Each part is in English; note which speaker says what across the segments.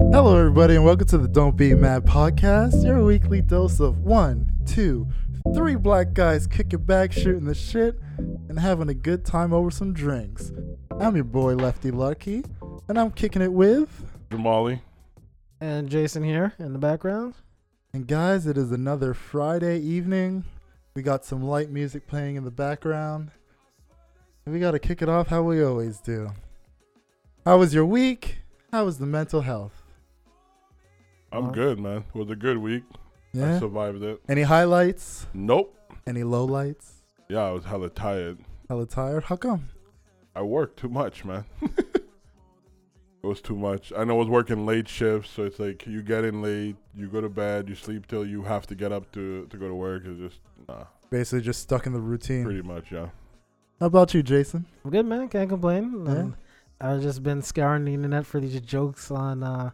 Speaker 1: everybody, and welcome to the Don't Be Mad podcast, your weekly dose of one, two, three black guys kicking back, shooting the shit, and having a good time over some drinks. I'm your boy, Lefty Lucky, and I'm kicking it with.
Speaker 2: Jamali.
Speaker 3: And Jason here in the background.
Speaker 1: And guys, it is another Friday evening. We got some light music playing in the background. And we got to kick it off how we always do. How was your week? How was the mental health?
Speaker 2: I'm
Speaker 3: Uh-huh.
Speaker 2: good, man. It was a good week. I
Speaker 1: Yeah.
Speaker 2: survived it.
Speaker 1: Any highlights?
Speaker 2: Nope.
Speaker 1: Any lowlights?
Speaker 2: Yeah, I was hella tired.
Speaker 1: Hella tired? How come?
Speaker 2: I worked too much, man. it was too much. I know I was working late shifts, so it's like you get in late, you go to bed, you sleep till you have to get up to, to go to work. It's just, nah,
Speaker 1: Basically, just stuck in the routine.
Speaker 2: pretty much, yeah.
Speaker 1: How about you, Jason?
Speaker 3: I'm good, man. Can't complain. Um, I've just been scouring the internet for these jokes on. Uh,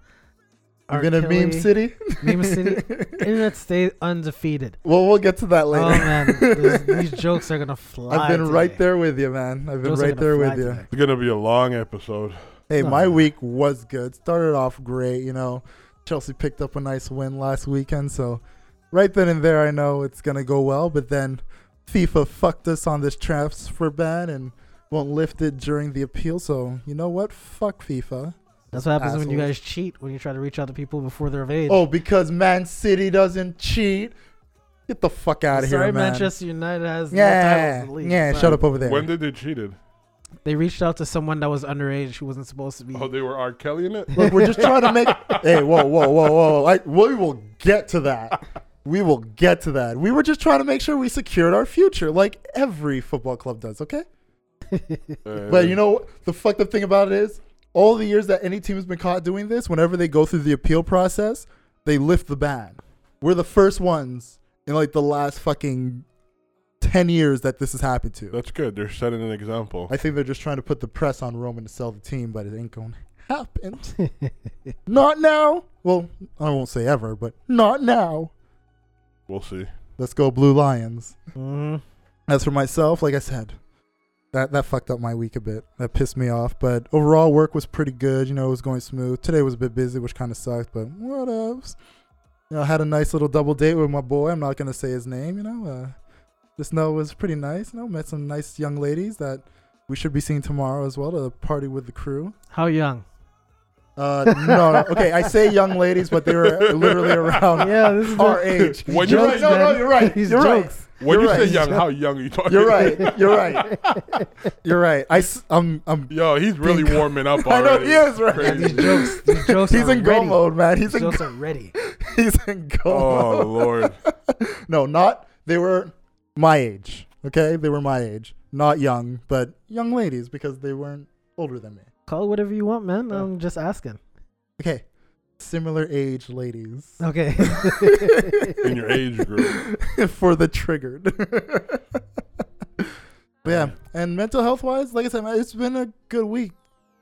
Speaker 1: You're
Speaker 3: R.
Speaker 1: gonna meme
Speaker 3: Kelly.
Speaker 1: city.
Speaker 3: Meme City? Internet stays undefeated.
Speaker 1: well, we'll get to that later.
Speaker 3: Oh man, This- these jokes are gonna fly.
Speaker 1: I've been
Speaker 3: today.
Speaker 1: right there with you, man. I've been
Speaker 3: Jokes are
Speaker 1: right
Speaker 3: gonna
Speaker 1: there
Speaker 3: fly
Speaker 1: with you.
Speaker 3: today.
Speaker 2: It's going to be a long episode.
Speaker 1: Hey,
Speaker 3: Nah.
Speaker 1: my week was good. Started off great, you know. Chelsea picked up a nice win last weekend, so right then and there, I know it's gonna go well. But then FIFA fucked us on this transfer ban and won't lift it during the appeal. So you know what? Fuck FIFA.
Speaker 3: That's what happens when you
Speaker 1: Assholes.
Speaker 3: guys cheat. When you try to reach out to people before they're of age.
Speaker 1: Oh, because Man City doesn't cheat. Get the fuck out of here,
Speaker 3: sorry,
Speaker 1: man.
Speaker 3: Manchester United has no
Speaker 1: yeah,
Speaker 3: titles in the league.
Speaker 1: yeah.
Speaker 3: Sorry.
Speaker 1: Shut up over there.
Speaker 2: When did they cheated?
Speaker 3: They reached out to someone that was underage who wasn't supposed to be.
Speaker 2: Oh, they were R. Kelly in it?
Speaker 1: Look, we're just trying to make. hey, whoa, whoa, whoa, whoa! I, we will get to that. We will get to that. We were just trying to make sure we secured our future, like every football club does. Okay, but
Speaker 2: Uh,
Speaker 1: you know what? the fucked up thing about it is, all the years that any team has been caught doing this, whenever they go through the appeal process, they lift the ban. We're the first ones in like the last fucking ten years that this has happened to.
Speaker 2: That's good. They're setting an example.
Speaker 1: I think they're just trying to put the press on Roman to sell the team, but it ain't going to happen. Not now. Well, I won't say ever, but not now.
Speaker 2: We'll see.
Speaker 1: Let's go Blue Lions.
Speaker 3: Mhm.
Speaker 1: As for myself, like I said, that that fucked up my week a bit. That pissed me off. But overall, work was pretty good. You know, it was going smooth. Today was a bit busy, which kind of sucked. But what else? You know, I had a nice little double date with my boy. I'm not gonna say his name. You know, uh, just know it was pretty nice. You know, met some nice young ladies that we should be seeing tomorrow as well to party with the crew.
Speaker 3: How young?
Speaker 1: Uh, no, no, okay, I say young ladies, but they were literally around
Speaker 3: Yeah, this is
Speaker 1: our
Speaker 3: the-
Speaker 1: age.
Speaker 2: When
Speaker 3: you-
Speaker 1: you're right. No, no,
Speaker 3: man.
Speaker 1: you're right.
Speaker 3: These
Speaker 1: you're
Speaker 3: jokes.
Speaker 2: When
Speaker 1: You're
Speaker 2: you say
Speaker 1: right.
Speaker 2: young, how young are you talking?
Speaker 1: right. You're right. You're right. You're right. I, am I'm.
Speaker 2: Yo, he's really
Speaker 1: Bingo.
Speaker 2: warming up
Speaker 1: I know
Speaker 2: already.
Speaker 1: he is right.
Speaker 2: Crazy.
Speaker 3: These jokes. These jokes
Speaker 1: He's
Speaker 3: are
Speaker 1: in go
Speaker 3: ready.
Speaker 1: mode, man. He's
Speaker 3: These
Speaker 1: in.
Speaker 3: jokes are ready.
Speaker 1: He's in go
Speaker 2: Oh
Speaker 1: mode.
Speaker 2: Lord,
Speaker 1: No, not. They were my age. Okay, they were my age. Not young, but young ladies because they weren't older than me.
Speaker 3: Call it whatever you want, man. I'm just asking.
Speaker 1: Okay, similar age ladies.
Speaker 3: Okay.
Speaker 2: in your age group.
Speaker 1: for the triggered. but yeah, and mental health wise, like I said, man, it's been a good week.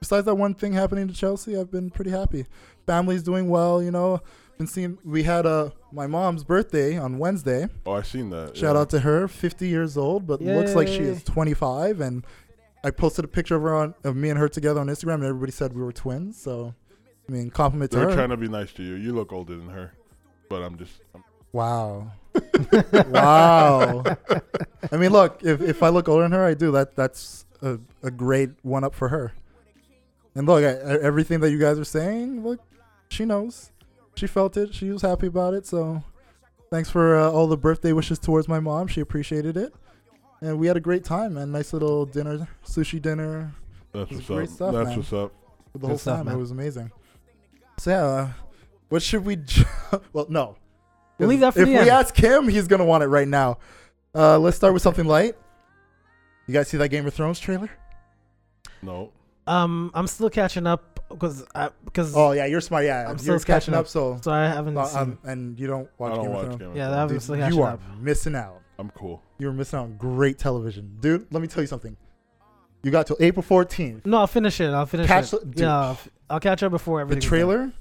Speaker 1: Besides that one thing happening to Chelsea, I've been pretty happy. Family's doing well, you know. Been seeing we had uh, my mom's birthday on Wednesday.
Speaker 2: Oh, I seen that.
Speaker 1: Shout
Speaker 2: yeah.
Speaker 1: out to her, 50 years old, but looks like she is
Speaker 3: Yay.
Speaker 1: 25. And I posted a picture of her on of me and her together on Instagram, and everybody said we were twins. So, I mean, compliment to
Speaker 2: They're
Speaker 1: her.
Speaker 2: trying to be nice to you. You look older than her, but I'm just. I'm,
Speaker 1: Wow. wow. I mean, look, if, if I look older than her, I do. That That's a, a great one up for her. And look, I, I- everything that you guys are saying, look, she knows. She felt it. She was happy about it. So thanks for uh, all the birthday wishes towards my mom. She appreciated it. And we had a great time, man. Nice little dinner, sushi dinner
Speaker 2: that's
Speaker 1: It's
Speaker 2: what's
Speaker 1: great
Speaker 2: up.
Speaker 1: stuff,
Speaker 2: that's
Speaker 1: man.
Speaker 2: what's up.
Speaker 1: for the
Speaker 3: Good
Speaker 1: whole
Speaker 3: stuff,
Speaker 1: time.
Speaker 3: man.
Speaker 1: It was amazing. So yeah, uh, what should we? Ju- well, no.
Speaker 3: We'll leave that for
Speaker 1: if
Speaker 3: the
Speaker 1: we
Speaker 3: end.
Speaker 1: ask him, he's gonna want it right now. Uh, let's start with something light. You guys see that Game of Thrones trailer?
Speaker 2: No,
Speaker 3: um, I'm still catching up because because
Speaker 1: Oh yeah, you're smart. Yeah,
Speaker 3: I'm still
Speaker 1: you're catching
Speaker 3: catching
Speaker 1: up.
Speaker 3: up.
Speaker 1: so,
Speaker 3: so I haven't
Speaker 1: uh,
Speaker 3: seen.
Speaker 1: um, and you don't watch
Speaker 2: I don't
Speaker 1: Game of
Speaker 2: watch
Speaker 1: Thrones.
Speaker 2: Game of
Speaker 3: yeah,
Speaker 2: Thrones.
Speaker 3: that I'm
Speaker 1: Dude,
Speaker 3: still
Speaker 1: you
Speaker 3: catching
Speaker 1: are
Speaker 3: up.
Speaker 1: missing out.
Speaker 2: I'm cool.
Speaker 1: You're missing out on great television, dude. Let me tell you something. You got till April 14th.
Speaker 3: No, I'll finish it. I'll finish
Speaker 1: Catch-
Speaker 3: it.
Speaker 1: dude.
Speaker 3: yeah, I'll, f- I'll catch up before
Speaker 1: The
Speaker 3: everything.
Speaker 1: trailer.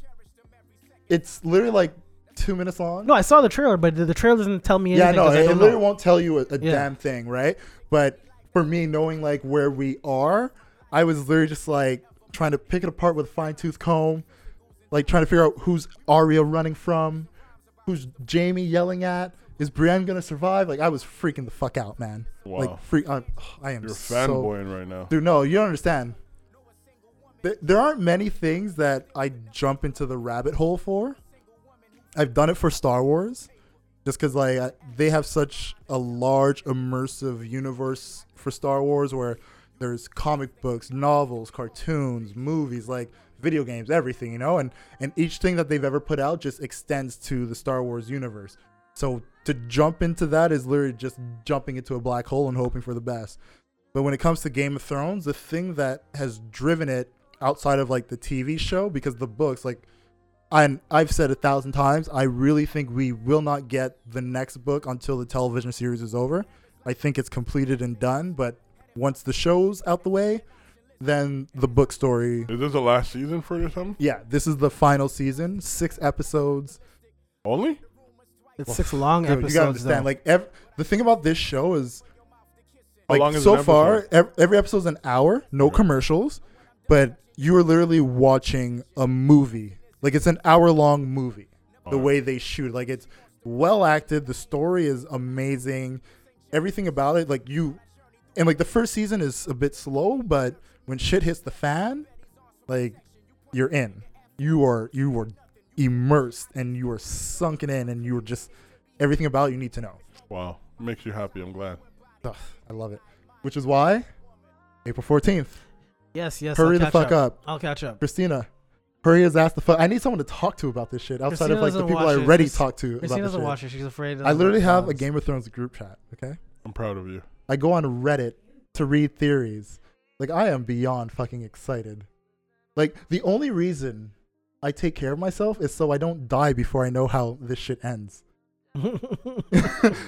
Speaker 1: It's literally like two minutes long.
Speaker 3: No, I saw the trailer, but the, the trailer doesn't tell me
Speaker 1: Yeah,
Speaker 3: anything.
Speaker 1: no,
Speaker 3: 'cause I
Speaker 1: it, it
Speaker 3: don't
Speaker 1: literally
Speaker 3: know.
Speaker 1: won't tell you a, a
Speaker 3: Yeah.
Speaker 1: damn thing, right? But for me, knowing like where we are, I was literally just like trying to pick it apart with a fine tooth comb. like trying to figure out who's Arya running from, who's Jamie yelling at. Is Brienne gonna survive? Like I was freaking the fuck out, man.
Speaker 2: Wow.
Speaker 1: Like freak, I, I am
Speaker 2: You're
Speaker 1: so
Speaker 2: fanboying right now.
Speaker 1: dude. No, you don't understand. There, there aren't many things that I jump into the rabbit hole for. I've done it for Star Wars, just because like I, they have such a large immersive universe for Star Wars, where there's comic books, novels, cartoons, movies, like video games, everything, you know, and and each thing that they've ever put out just extends to the Star Wars universe. So to jump into that is literally just jumping into a black hole and hoping for the best. But when it comes to Game of Thrones, the thing that has driven it outside of like the TV show, because the books, like, and I've said a thousand times, I really think we will not get the next book until the television series is over. I think it's completed and done, but once the show's out the way, then the book story.
Speaker 2: Is this the last season for it or something?
Speaker 1: Yeah, this is the final season, six episodes.
Speaker 2: Only?
Speaker 3: It's six long
Speaker 1: Dude,
Speaker 3: episodes.
Speaker 1: you gotta understand,
Speaker 3: though.
Speaker 1: like, ev- the thing about this show is
Speaker 2: How
Speaker 1: like
Speaker 2: long is
Speaker 1: so
Speaker 2: an
Speaker 1: far
Speaker 2: episode?
Speaker 1: ev- every episode's an hour no
Speaker 2: Right.
Speaker 1: commercials but you are literally watching a movie like it's an hour long movie the
Speaker 2: Alright.
Speaker 1: way they shoot like it's well acted the story is amazing everything about it like you and like the first season is a bit slow but when shit hits the fan like you're in you are you were immersed and you are sunken in and you are just everything about it you need to know
Speaker 2: Wow. Makes you happy. I'm glad.
Speaker 1: Ugh, I love it. Which is why April 14th.
Speaker 3: yes, yes. I'll
Speaker 1: hurry the
Speaker 3: catch
Speaker 1: fuck up.
Speaker 3: I'll catch up.
Speaker 1: Christina, hurry his ass the fuck. I need someone to talk to about this shit outside
Speaker 3: Christina
Speaker 1: of like the
Speaker 3: doesn't
Speaker 1: people I
Speaker 3: watch it.
Speaker 1: already
Speaker 3: Chris-
Speaker 1: talked to
Speaker 3: Christine
Speaker 1: about
Speaker 3: doesn't
Speaker 1: this
Speaker 3: watch
Speaker 1: shit.
Speaker 3: it. She's afraid. of
Speaker 1: I
Speaker 3: the
Speaker 1: literally have a
Speaker 3: clowns.
Speaker 1: Game of Thrones group chat, okay?
Speaker 2: I'm proud of you.
Speaker 1: I go on Reddit to read theories. Like I am beyond fucking excited. Like the only reason I take care of myself is so I don't die before I know how this shit ends.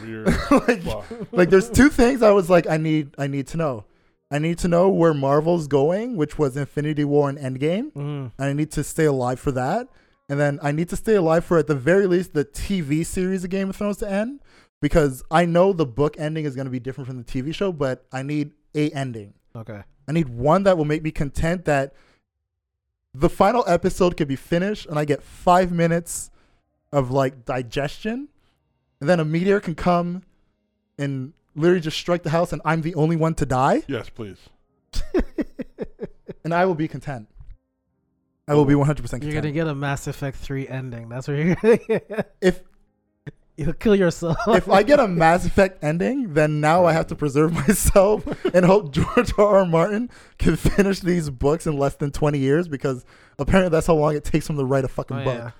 Speaker 2: Weird.
Speaker 1: like,
Speaker 2: Wow.
Speaker 1: like there's two things I was like I need I need to know. I need to know where Marvel's going, which was Infinity War and Endgame.
Speaker 3: Mm.
Speaker 1: And I need to stay alive for that. And then I need to stay alive for at the very least the TV series of Game of Thrones to end because I know the book ending is going to be different from the TV show, but I need a ending.
Speaker 3: Okay.
Speaker 1: I need one that will make me content that the final episode could be finished and I get five minutes of like digestion. And then a meteor can come and literally just strike the house and I'm the only one to die
Speaker 2: Yes, please.
Speaker 1: and I will be content. I will be 100% content.
Speaker 3: You're gonna get a Mass Effect 3 ending. That's what you're gonna get.
Speaker 1: if
Speaker 3: You'll kill yourself.
Speaker 1: if I get a Mass Effect ending, then now I have to preserve myself and hope George R. R. Martin can finish these books in less than 20 years because apparently that's how long it takes him to write a fucking
Speaker 3: Oh,
Speaker 1: book.
Speaker 3: yeah.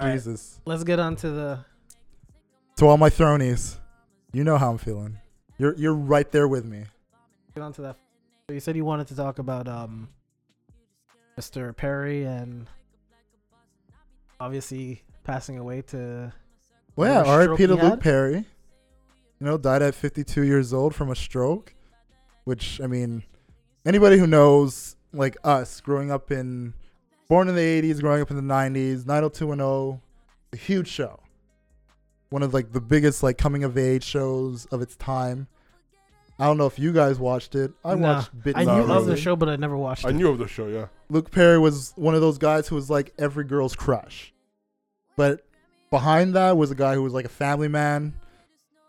Speaker 3: All right.
Speaker 1: Jesus.
Speaker 3: Let's get on to the.
Speaker 1: To all my thronies, you know how I'm feeling. You're you're right there with me.
Speaker 3: Get on to that. So you said you wanted to talk about um, Mr. Perry and obviously passing away to
Speaker 1: Well, yeah,
Speaker 3: Whatever
Speaker 1: R.I.P. to
Speaker 3: stroke he
Speaker 1: Luke
Speaker 3: had?
Speaker 1: Perry. You know, died at 52 years old from a stroke, which I mean, anybody who knows like us growing up in, born in the 80s, growing up in the 90s, 90210, a huge show, one of like the biggest like coming of age shows of its time. I don't know if you guys watched it. I
Speaker 3: Nah,
Speaker 1: watched bits.
Speaker 3: I knew
Speaker 2: Nah,
Speaker 1: of
Speaker 3: of the
Speaker 1: it.
Speaker 3: show, but I never watched
Speaker 2: I
Speaker 3: it.
Speaker 2: knew of the show, yeah.
Speaker 1: Luke Perry was one of those guys who was like every girl's crush. But behind that was a guy who was like a family man.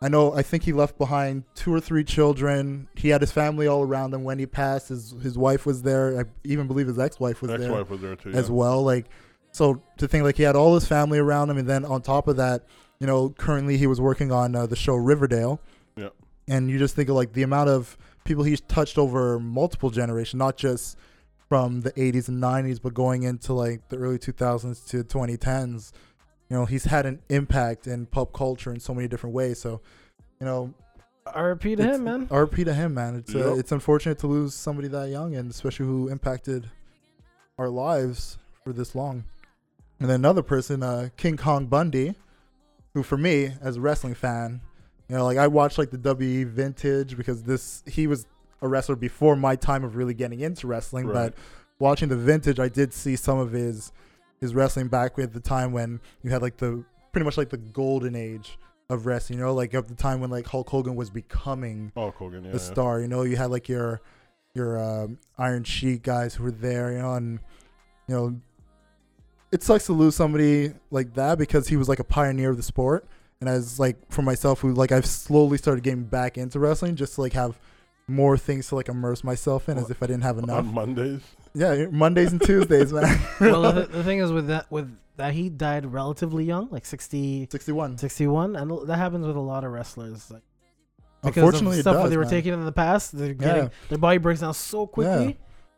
Speaker 1: I know I think he left behind two or three children. He had his family all around him when he passed. His his wife was there. I even believe his ex-wife was
Speaker 2: Ex
Speaker 1: there
Speaker 2: wife was there too.
Speaker 1: as
Speaker 2: yeah.
Speaker 1: well. Like, so to think like he had all his family around him, and then on top of that, you know, currently he was working on uh, the show Riverdale.
Speaker 2: Yeah.
Speaker 1: And you just think of like the amount of people he's touched over multiple generations, not just from the 80s and 90s, but going into like the early 2000s to 2010s. You know, he's had an impact in pop culture in so many different ways. So, you know,
Speaker 3: RP to
Speaker 1: it's-
Speaker 3: him, man.
Speaker 1: RP to him, man. It's uh,
Speaker 2: Yep.
Speaker 1: it's unfortunate to lose somebody that young, and especially who impacted our lives for this long. And then another person, uh, King Kong Bundy, who for me as a wrestling fan, you know, like I watched like the WWE vintage because this he was a wrestler before my time of really getting into wrestling,
Speaker 2: Right.
Speaker 1: but watching the vintage, I did see some of his his wrestling back at the time when you had like the pretty much like the golden age of wrestling, you know, like of the time when like Hulk Hogan was becoming
Speaker 2: Oh, Kogan, yeah.
Speaker 1: the
Speaker 2: yeah.
Speaker 1: star. You know, you had like your your um, Iron Sheik guys who were there. You know, and you know it sucks to lose somebody like that because he was like a pioneer of the sport. And as like for myself, who like I've slowly started getting back into wrestling, just to like have more things to like immerse myself in, as if I didn't have enough.
Speaker 2: on Mondays.
Speaker 1: Yeah, Mondays and Tuesdays, man.
Speaker 3: Um, well, uh, the, the thing is with that with that he died relatively young, like 60,
Speaker 1: Sixty-one.
Speaker 3: 61, and that happens with a lot of wrestlers. Like, because
Speaker 1: Unfortunately,
Speaker 3: of
Speaker 1: it
Speaker 3: stuff
Speaker 1: does.
Speaker 3: that they were
Speaker 1: man.
Speaker 3: taking in the past, they're getting
Speaker 1: Yeah.
Speaker 3: their body breaks down so quickly.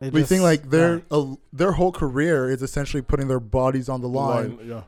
Speaker 1: Yeah.
Speaker 3: they
Speaker 1: We think
Speaker 3: just-
Speaker 1: like their
Speaker 3: yeah.
Speaker 1: a- their whole career is essentially putting their bodies on the line
Speaker 2: Line, yeah.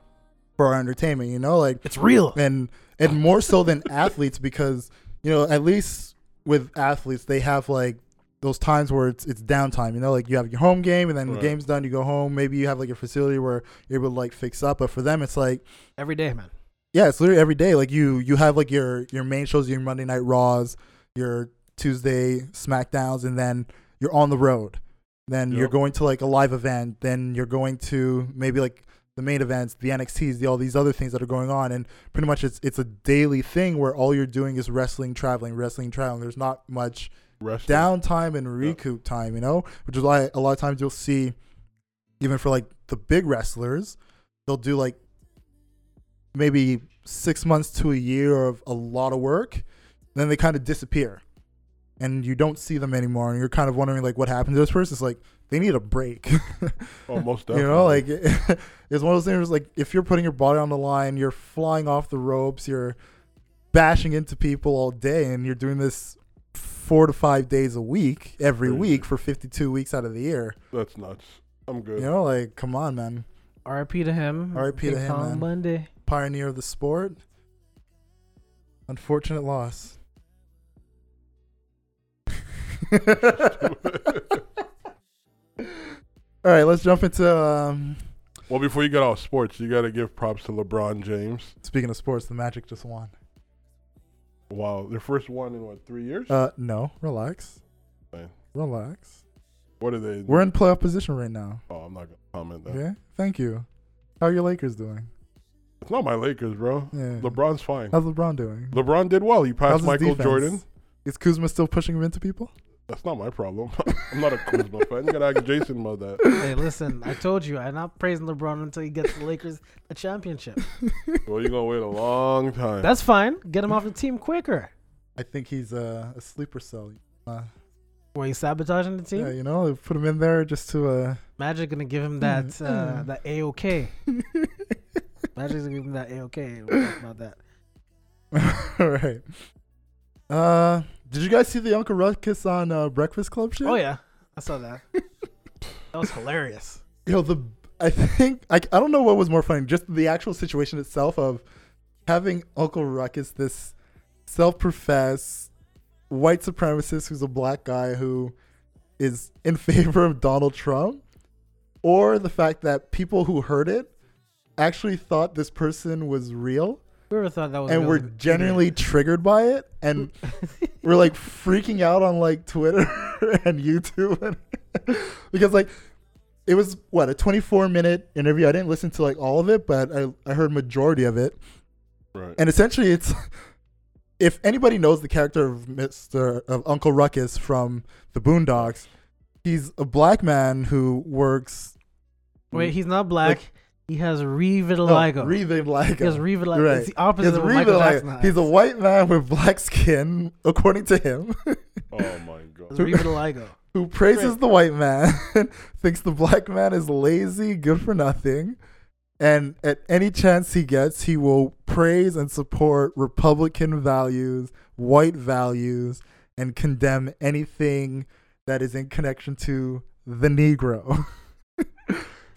Speaker 1: for our entertainment. You know, like
Speaker 3: it's real.
Speaker 1: and and more so than athletes because you know at least with athletes they have like those times where it's it's downtime you know like you have your home game and then the
Speaker 2: Right.
Speaker 1: game's done you go home maybe you have like a facility where you're able to like fix up but for them it's like
Speaker 3: Every day, man.
Speaker 1: yeah it's literally every day like you you have like your your main shows your monday night raws your tuesday smackdowns and then you're on the road then you're
Speaker 2: Yep.
Speaker 1: going to like a live event then you're going to maybe like the main events the nxts the all these other things that are going on and pretty much it's it's a daily thing where all you're doing is wrestling traveling wrestling traveling there's not much
Speaker 2: Rest.
Speaker 1: downtime and recoup time, you know, which is why a lot of times you'll see, even for like the big wrestlers, they'll do like maybe six months to a year of a lot of work, then they kind of disappear, and you don't see them anymore, and you're kind of wondering like what happened to this person. It's like they need a break.
Speaker 2: Oh, most
Speaker 1: You
Speaker 2: definitely.
Speaker 1: know, like it's one of those things. where it's Like if you're putting your body on the line, you're flying off the ropes, you're bashing into people all day, and you're doing this four to five days a week, every
Speaker 2: Crazy.
Speaker 1: week for 52 weeks out of the year.
Speaker 2: that's nuts. I'm good.
Speaker 1: You know, like come on, man,
Speaker 3: R.I.P. to him.
Speaker 1: R.I.P. to
Speaker 3: Big
Speaker 1: him,
Speaker 3: Tom
Speaker 1: man.
Speaker 3: Bundy.
Speaker 1: pioneer of the sport. Unfortunate loss. all right, let's jump into. Um,
Speaker 2: Well, before you get off sports, you got to give props to LeBron James.
Speaker 1: speaking of sports, the Magic just won.
Speaker 2: Wow, their first one in what three years?
Speaker 1: Uh, no, relax,
Speaker 2: Fine.
Speaker 1: relax.
Speaker 2: what are they?
Speaker 1: We're in playoff position right now.
Speaker 2: oh, I'm not gonna comment that.
Speaker 1: Okay, thank you. How are your Lakers doing?
Speaker 2: It's not my Lakers, bro.
Speaker 1: Yeah.
Speaker 2: LeBron's fine.
Speaker 1: How's LeBron doing?
Speaker 2: LeBron did well. He
Speaker 1: How's
Speaker 2: passed
Speaker 1: his
Speaker 2: Michael
Speaker 1: defense?
Speaker 2: Jordan.
Speaker 1: Is Kuzma still pushing him into people?
Speaker 2: That's not my problem. I'm not a Kuzma fan. You gotta ask Jason about that.
Speaker 3: Hey, listen, I told you, I'm not praising LeBron until he gets the Lakers a championship.
Speaker 2: Well, you're gonna wait a long time.
Speaker 3: That's fine. Get him off the team quicker.
Speaker 1: I think he's uh, a sleeper cell. Uh,
Speaker 3: Were you sabotaging the team?
Speaker 1: yeah, you know, put him in there just to. Uh,
Speaker 3: Magic gonna give him that
Speaker 1: Mm,
Speaker 3: uh,
Speaker 1: mm.
Speaker 3: that AOK. Magic's gonna give him that AOK. We'll talk about that.
Speaker 1: all right. Uh, did you guys see the Uncle Ruckus on uh, Breakfast Club shit?
Speaker 3: Oh yeah, I saw that. That was hilarious.
Speaker 1: Yo, the I think I, I don't know what was more funny, just the actual situation itself of having Uncle Ruckus, this self-professed white supremacist who's a black guy who is in favor of Donald Trump, or the fact that people who heard it actually thought this person was real
Speaker 3: We ever thought that was
Speaker 1: and
Speaker 3: real
Speaker 1: were
Speaker 3: idiot.
Speaker 1: genuinely triggered by it and we're like freaking out on like Twitter and YouTube and because like it was what a 24 minute interview. I didn't listen to like all of it, but I, I heard majority of it.
Speaker 2: right.
Speaker 1: And essentially, it's if anybody knows the character of Mister of Uncle Ruckus from the Boondocks, he's a black man who works.
Speaker 3: wait, he's not black.
Speaker 1: Mm. Like-
Speaker 3: he has
Speaker 1: oh,
Speaker 3: revitiligo.
Speaker 1: Revitiligo.
Speaker 3: he has revitiligo.
Speaker 1: Right.
Speaker 3: It's the opposite
Speaker 1: He's
Speaker 3: of what Michael
Speaker 1: revitiligo.
Speaker 3: Jackson.
Speaker 1: He's a white man with black skin, according to him.
Speaker 2: oh my god.
Speaker 3: It's revitiligo.
Speaker 1: who praises the white man, thinks the black man is lazy, good for nothing, and at any chance he gets, he will praise and support Republican values, white values, and condemn anything that is in connection to the Negro.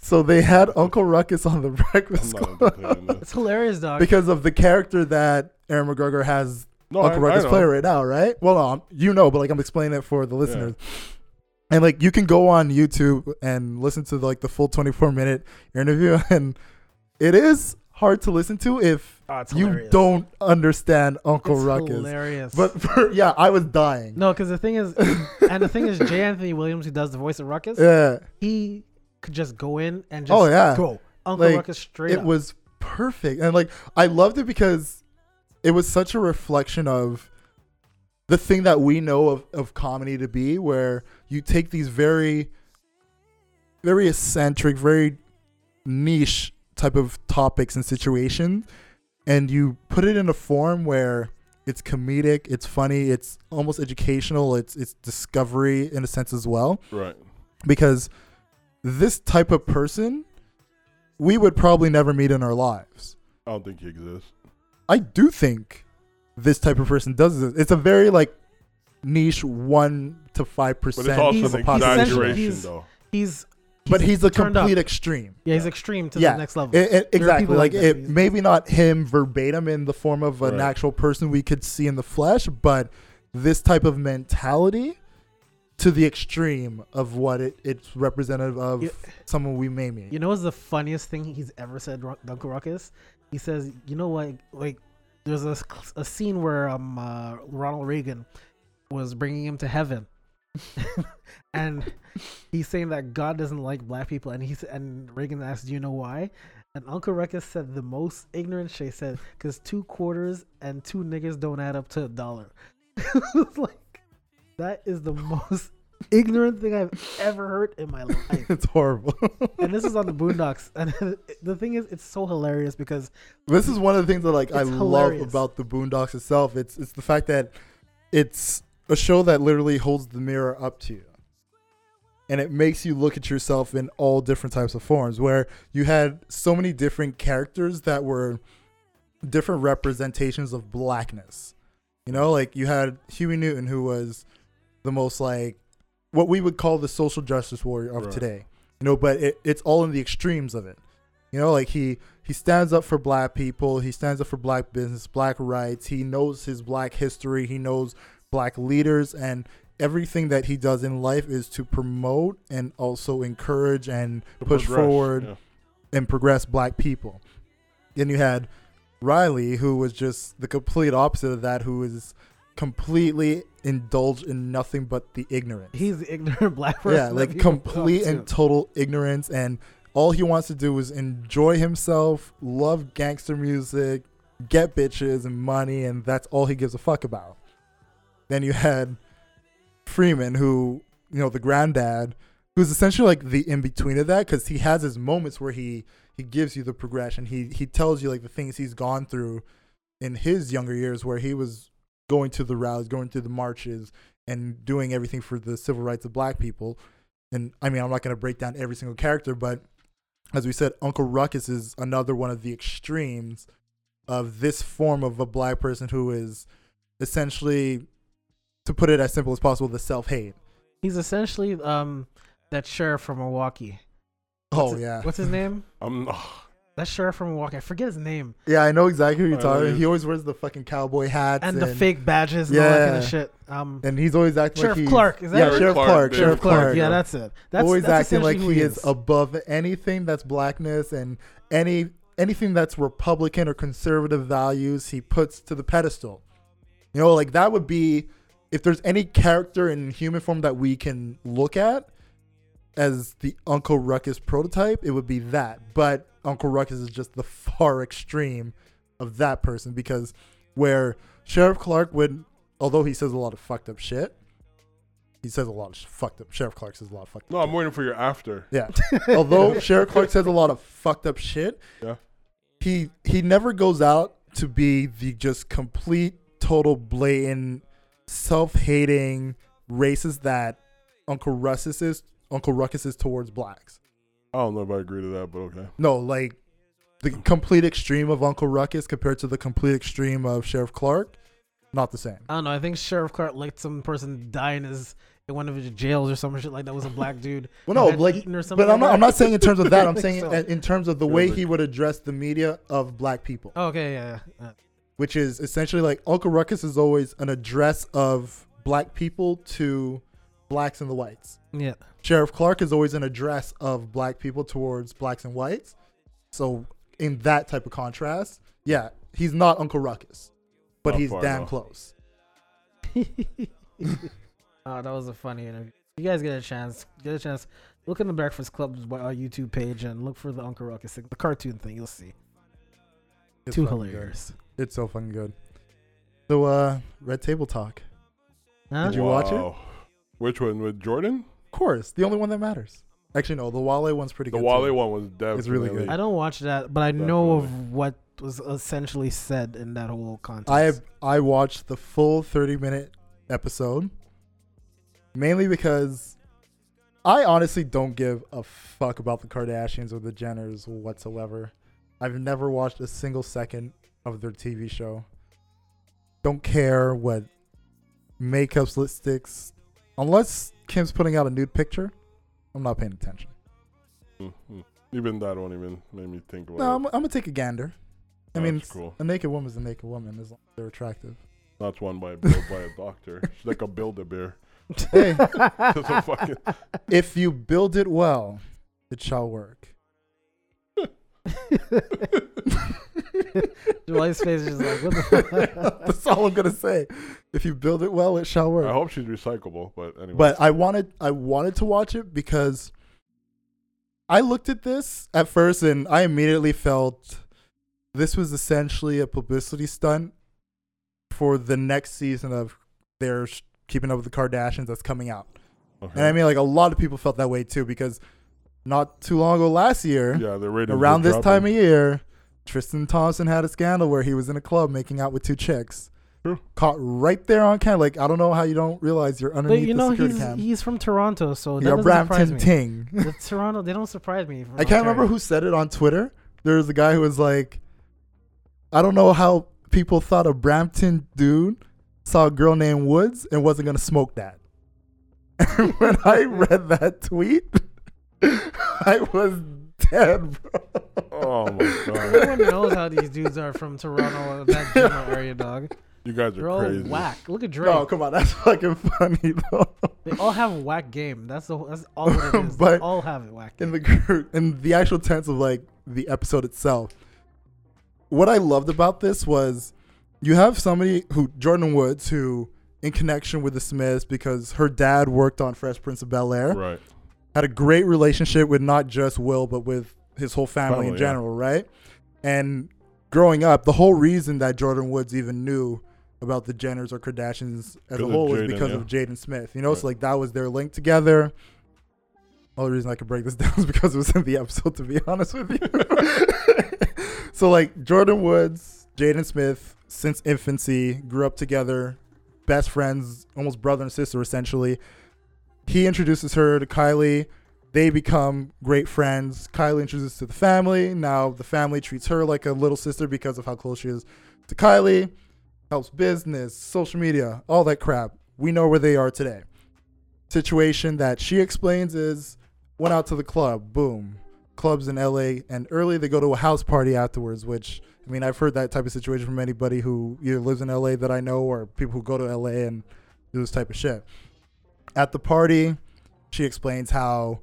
Speaker 1: so they had Uncle Ruckus on the
Speaker 2: I'm
Speaker 1: Breakfast
Speaker 2: not
Speaker 1: Club
Speaker 2: entertaining that.
Speaker 3: It's hilarious, dog.
Speaker 1: because of the character that Aaron McGregor has
Speaker 2: No,
Speaker 1: Uncle
Speaker 2: Oh, I, I
Speaker 1: Ruckus
Speaker 2: know.
Speaker 1: play right now, right? Well, no, I'm- you know, but like I'm explaining it for the listeners. And like you can go on YouTube and listen to like the full 24 minute interview, and it is hard to listen to if
Speaker 3: Oh, it's
Speaker 1: you
Speaker 3: hilarious.
Speaker 1: don't understand Uncle
Speaker 3: It's
Speaker 1: Ruckus.
Speaker 3: hilarious.
Speaker 1: But for, yeah, I was dying.
Speaker 3: no, because the thing is, and the thing is, J. Anthony Williams, who does the voice of Ruckus,
Speaker 1: yeah,
Speaker 3: he could just go in and just
Speaker 1: Oh, yeah.
Speaker 3: go Uncle
Speaker 1: Like,
Speaker 3: Ruckus straight
Speaker 1: it
Speaker 3: up.
Speaker 1: was perfect, and like I loved it because it was such a reflection of the thing that we know of, of comedy to be where you take these very very eccentric very niche type of topics and situations, and you put it in a form where it's comedic, it's funny, it's almost educational, it's it's discovery in a sense as well.
Speaker 2: Right.
Speaker 1: Because this type of person we would probably never meet in our lives.
Speaker 2: I don't think he exists.
Speaker 1: I do think this type of person does this. It's a very like niche one to five
Speaker 2: But
Speaker 1: percent
Speaker 2: it's also
Speaker 1: of
Speaker 2: an
Speaker 1: the
Speaker 3: essentially-
Speaker 1: population.
Speaker 2: exaggeration,
Speaker 3: he's-
Speaker 2: though.
Speaker 3: He's
Speaker 1: But he's a
Speaker 3: turned up.
Speaker 1: complete extreme.
Speaker 3: yeah, he's extreme to
Speaker 1: Yeah.
Speaker 3: the next level.
Speaker 1: It- it-
Speaker 3: There are
Speaker 1: exactly.
Speaker 3: people
Speaker 1: Like,
Speaker 3: like that.
Speaker 1: it, maybe not him verbatim in the form of an
Speaker 2: Right.
Speaker 1: actual person we could see in the flesh, but this type of mentality to the extreme of what it, it's representative of
Speaker 3: You-
Speaker 1: someone we may meet.
Speaker 3: You know what's the funniest thing he's ever said, Ru- Uncle Ruckus? He says, you know what? Like, there's a, a scene where um uh, Ronald Reagan was bringing him to heaven, and he's saying that God doesn't like black people, and he's and Reagan asks, do you know why? And Uncle Ruckus said the most ignorant shit. He said, because two quarters and two niggas don't add up to a dollar. It's like, that is the most ignorant thing I've ever heard in my life
Speaker 1: it's horrible.
Speaker 3: and this is on the Boondocks. And the thing is, it's so hilarious because
Speaker 1: This is one of the things that like I
Speaker 3: It's hilarious.
Speaker 1: love about the Boondocks itself. It's it's the fact that it's a show that literally holds the mirror up to you. And it makes you look at yourself in all different types of forms where you had so many different characters that were different representations of blackness. You know, like you had Huey Newton who was the most like what we would call the social justice warrior of
Speaker 2: Right.
Speaker 1: today. You know, but it, it's all in the extremes of it. You know, like he he stands up for black people, he stands up for black business, black rights, he knows his black history, he knows black leaders and everything that he does in life is to promote and also encourage and
Speaker 2: To
Speaker 1: push
Speaker 2: progress,
Speaker 1: forward
Speaker 2: yeah.
Speaker 1: and progress black people. Then you had Riley, who was just the complete opposite of that, who is completely indulged in nothing but the ignorant.
Speaker 3: he's the ignorant black person.
Speaker 1: Yeah,
Speaker 3: that
Speaker 1: like
Speaker 3: people
Speaker 1: complete
Speaker 3: talk
Speaker 1: and
Speaker 3: to.
Speaker 1: total ignorance, and all he wants to do is enjoy himself, love gangster music, get bitches and money, and that's all he gives a fuck about. Then you had Freeman, who you know the granddad, who's essentially like the in between of that, because he has his moments where he he gives you the progression. He he tells you like the things he's gone through in his younger years, where he was going to the rallies, going to the marches, and doing everything for the civil rights of black people. And I mean, I'm not going to break down every single character, but as we said, Uncle Ruckus is another one of the extremes of this form of a black person who is essentially, to put it as simple as possible, the self hate.
Speaker 3: he's essentially um that sheriff from Milwaukee. What's
Speaker 1: Oh,
Speaker 3: his-
Speaker 1: yeah.
Speaker 3: what's his name?
Speaker 2: I'm not.
Speaker 3: That sheriff from Milwaukee. I forget his name.
Speaker 1: Yeah, I know exactly
Speaker 3: Uh,
Speaker 1: who you're
Speaker 2: I
Speaker 1: talking
Speaker 2: know.
Speaker 1: about. He always wears the fucking cowboy hats
Speaker 3: And the fake badges and all that kind of
Speaker 1: Yeah.
Speaker 3: shit. Um,
Speaker 1: And he's always acting
Speaker 3: Sheriff
Speaker 1: like he's,
Speaker 3: Clark, is that
Speaker 1: yeah,
Speaker 3: right?
Speaker 1: Sheriff
Speaker 2: Clark,
Speaker 1: Clark,
Speaker 2: yeah.
Speaker 1: Sheriff Clark,
Speaker 3: Yeah, that's it. That's
Speaker 1: always
Speaker 3: that's
Speaker 1: acting like
Speaker 3: essentially
Speaker 1: he
Speaker 3: who
Speaker 1: is above anything that's blackness and any anything that's Republican or conservative values he puts to the pedestal. You know, like that would be if there's any character in human form that we can look at as the Uncle Ruckus prototype, it would be that. But Uncle Ruckus is just the far extreme of that person because where Sheriff Clark would, although he says a lot of fucked up shit, he says a lot of sh- fucked up. Sheriff Clark says a lot of fucked up.
Speaker 2: No, I'm waiting for your after.
Speaker 1: Yeah. Although Sheriff Clark says a lot of fucked up shit,
Speaker 2: Yeah.
Speaker 1: he he never goes out to be the just complete, total, blatant, self-hating racist that Uncle Ruckus is. Uncle Ruckus is towards blacks.
Speaker 2: I don't know if I agree to that, but okay.
Speaker 1: No, like the complete extreme of Uncle Ruckus compared to the complete extreme of Sheriff Clark, not the same.
Speaker 3: I don't know. I think Sheriff Clark let some person die in his in one of his jails or some shit like that. Was a black dude.
Speaker 1: Well,
Speaker 3: who
Speaker 1: no,
Speaker 3: had
Speaker 1: like,
Speaker 3: eaten or something
Speaker 1: but I'm
Speaker 3: like
Speaker 1: not, I'm
Speaker 3: that.
Speaker 1: not saying in terms of that. I'm
Speaker 3: I
Speaker 1: saying
Speaker 3: think so.
Speaker 1: in, in terms of the
Speaker 2: Yeah,
Speaker 1: way
Speaker 2: but-
Speaker 1: he would address the media of black people.
Speaker 3: Oh, okay, yeah, yeah.
Speaker 1: which is essentially like Uncle Ruckus is always an address of black people to blacks and the whites.
Speaker 3: yeah.
Speaker 1: Sheriff Clark is always an address of black people towards blacks and whites. So in that type of contrast, yeah, he's not Uncle Ruckus, but
Speaker 2: Not
Speaker 1: he's
Speaker 2: far,
Speaker 1: damn
Speaker 2: no.
Speaker 1: close.
Speaker 3: oh, that was a funny interview. You guys get a chance. Get a chance. Look in the Breakfast Club's wi- uh, YouTube page and look for the Uncle Ruckus thing, the cartoon thing. You'll see.
Speaker 1: It's
Speaker 3: Too
Speaker 1: fucking
Speaker 3: hilarious.
Speaker 1: good. It's so fucking good. So uh Red Table Talk.
Speaker 3: Huh?
Speaker 1: Did you watch it?
Speaker 2: Which one with Jordan?
Speaker 1: Of course, the only one that matters. Actually, no, the Wale one's pretty
Speaker 2: The
Speaker 1: good.
Speaker 2: Wale
Speaker 1: too.
Speaker 2: one was definitely.
Speaker 1: really good.
Speaker 3: I don't watch that, but I know
Speaker 2: Definitely.
Speaker 3: of what was essentially said in that whole contest.
Speaker 1: I I watched the full 30 minute episode mainly because I honestly don't give a fuck about the Kardashians or the Jenners whatsoever. I've never watched a single second of their TV show. Don't care what makeups, lipsticks, unless Kim's putting out a nude picture. I'm not paying attention.
Speaker 2: Mhm. Even that one even made me think about.
Speaker 1: No,
Speaker 2: it.
Speaker 1: I'm, I'm gonna take a gander. I
Speaker 2: That's
Speaker 1: mean, it's-
Speaker 2: cool.
Speaker 1: a naked woman's a naked woman as long as they're attractive.
Speaker 2: That's one by built by a doctor. She's like a build a bear.
Speaker 1: Hey,
Speaker 2: Just a fucking-
Speaker 1: if you build it well, it shall work.
Speaker 3: Dwight's face is just like, what the fuck?
Speaker 1: That's all I'm gonna say. If you build it well, it shall
Speaker 2: I
Speaker 1: work.
Speaker 2: hope she's recyclable, but anyway.
Speaker 1: But uh, I wanted, I wanted to watch it because I looked at this at first and I immediately felt this was essentially a publicity stunt for the next season of their sh- Keeping Up with the Kardashians that's coming out.
Speaker 2: Okay.
Speaker 1: And I mean, like a lot of people felt that way too because not too long ago last year,
Speaker 2: yeah, the ratings were
Speaker 1: around this time of
Speaker 2: dropping.
Speaker 1: year, Tristan Thompson had a scandal where he was in a club making out with two chicks.
Speaker 2: True.
Speaker 1: Caught right there on camera. Like I don't know how you don't realize you're
Speaker 3: but
Speaker 1: underneath
Speaker 3: you know
Speaker 1: the security
Speaker 3: he's
Speaker 1: cam.
Speaker 3: he's from Toronto, so that
Speaker 1: you're
Speaker 3: doesn't surprise
Speaker 1: Brampton
Speaker 3: me.
Speaker 1: Ting.
Speaker 3: The Toronto, they don't surprise me. from
Speaker 1: I can't
Speaker 3: Ontario.
Speaker 1: remember who said it on Twitter. There was a guy who was like, I don't know how people thought a Brampton dude saw a girl named Woods and wasn't gonna smoke that. And when I read that tweet, I was dead, bro.
Speaker 2: Oh my god.
Speaker 3: Everyone knows how these dudes are from Toronto, that general area, dog.
Speaker 2: You guys are
Speaker 3: They're all
Speaker 2: crazy.
Speaker 3: whack. Look at Drake.
Speaker 1: No, come on, that's fucking funny though.
Speaker 3: They all have whack game. That's the that's all it is.
Speaker 1: But-
Speaker 3: they all have it whack.
Speaker 1: In
Speaker 3: Game.
Speaker 1: the group, in the actual tense of like the episode itself, what I loved about this was you have somebody who Jordan Woods, who in connection with the Smiths because her dad worked on Fresh Prince of Bel Air,
Speaker 2: Right.
Speaker 1: had a great relationship with not just Will but with his whole family, in
Speaker 2: Family, yeah.
Speaker 1: general, right? And growing up, the whole reason that Jordan Woods even knew about the Jenners or Kardashians as
Speaker 2: Because
Speaker 1: a
Speaker 2: of
Speaker 1: whole was
Speaker 2: Jaden,
Speaker 1: because
Speaker 2: yeah.
Speaker 1: of Jaden Smith. You know,
Speaker 2: Right.
Speaker 1: so like that was their link together. Only reason I could break this down is because it was in the episode, to be honest with you. so like Jordan Woods, Jaden Smith, since infancy, grew up together, best friends, almost brother and sister essentially. He introduces her to Kylie. They become great friends. Kylie introduces to the family. Now the family treats her like a little sister because of how close she is to Kylie. Helps business, social media, all that crap. We know where they are today. Situation that she explains is went out to the club, boom. Clubs in LA and early they go to a house party afterwards, which I mean I've heard that type of situation from anybody who either lives in LA that I know or people who go to LA and do this type of shit. At the party, she explains how,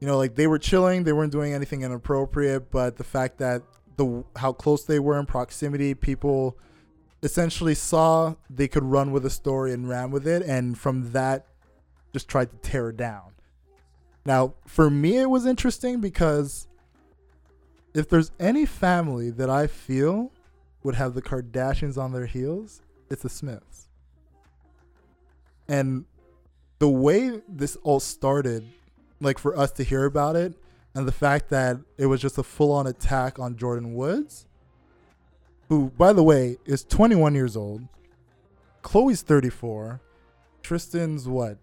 Speaker 1: you know, like they were chilling, they weren't doing anything inappropriate, but the fact that the how close they were in proximity, people essentially saw they could run with a story and ran with it, and from that, just tried to tear it down. Now, for me, it was interesting because if there's any family that I feel would have the Kardashians on their heels, it's the Smiths. And the way this all started, like for us to hear about it, and the fact that it was just a full on attack on Jordan Woods, who, by the way, is 21 years old. Chloe's 34. Tristan's what?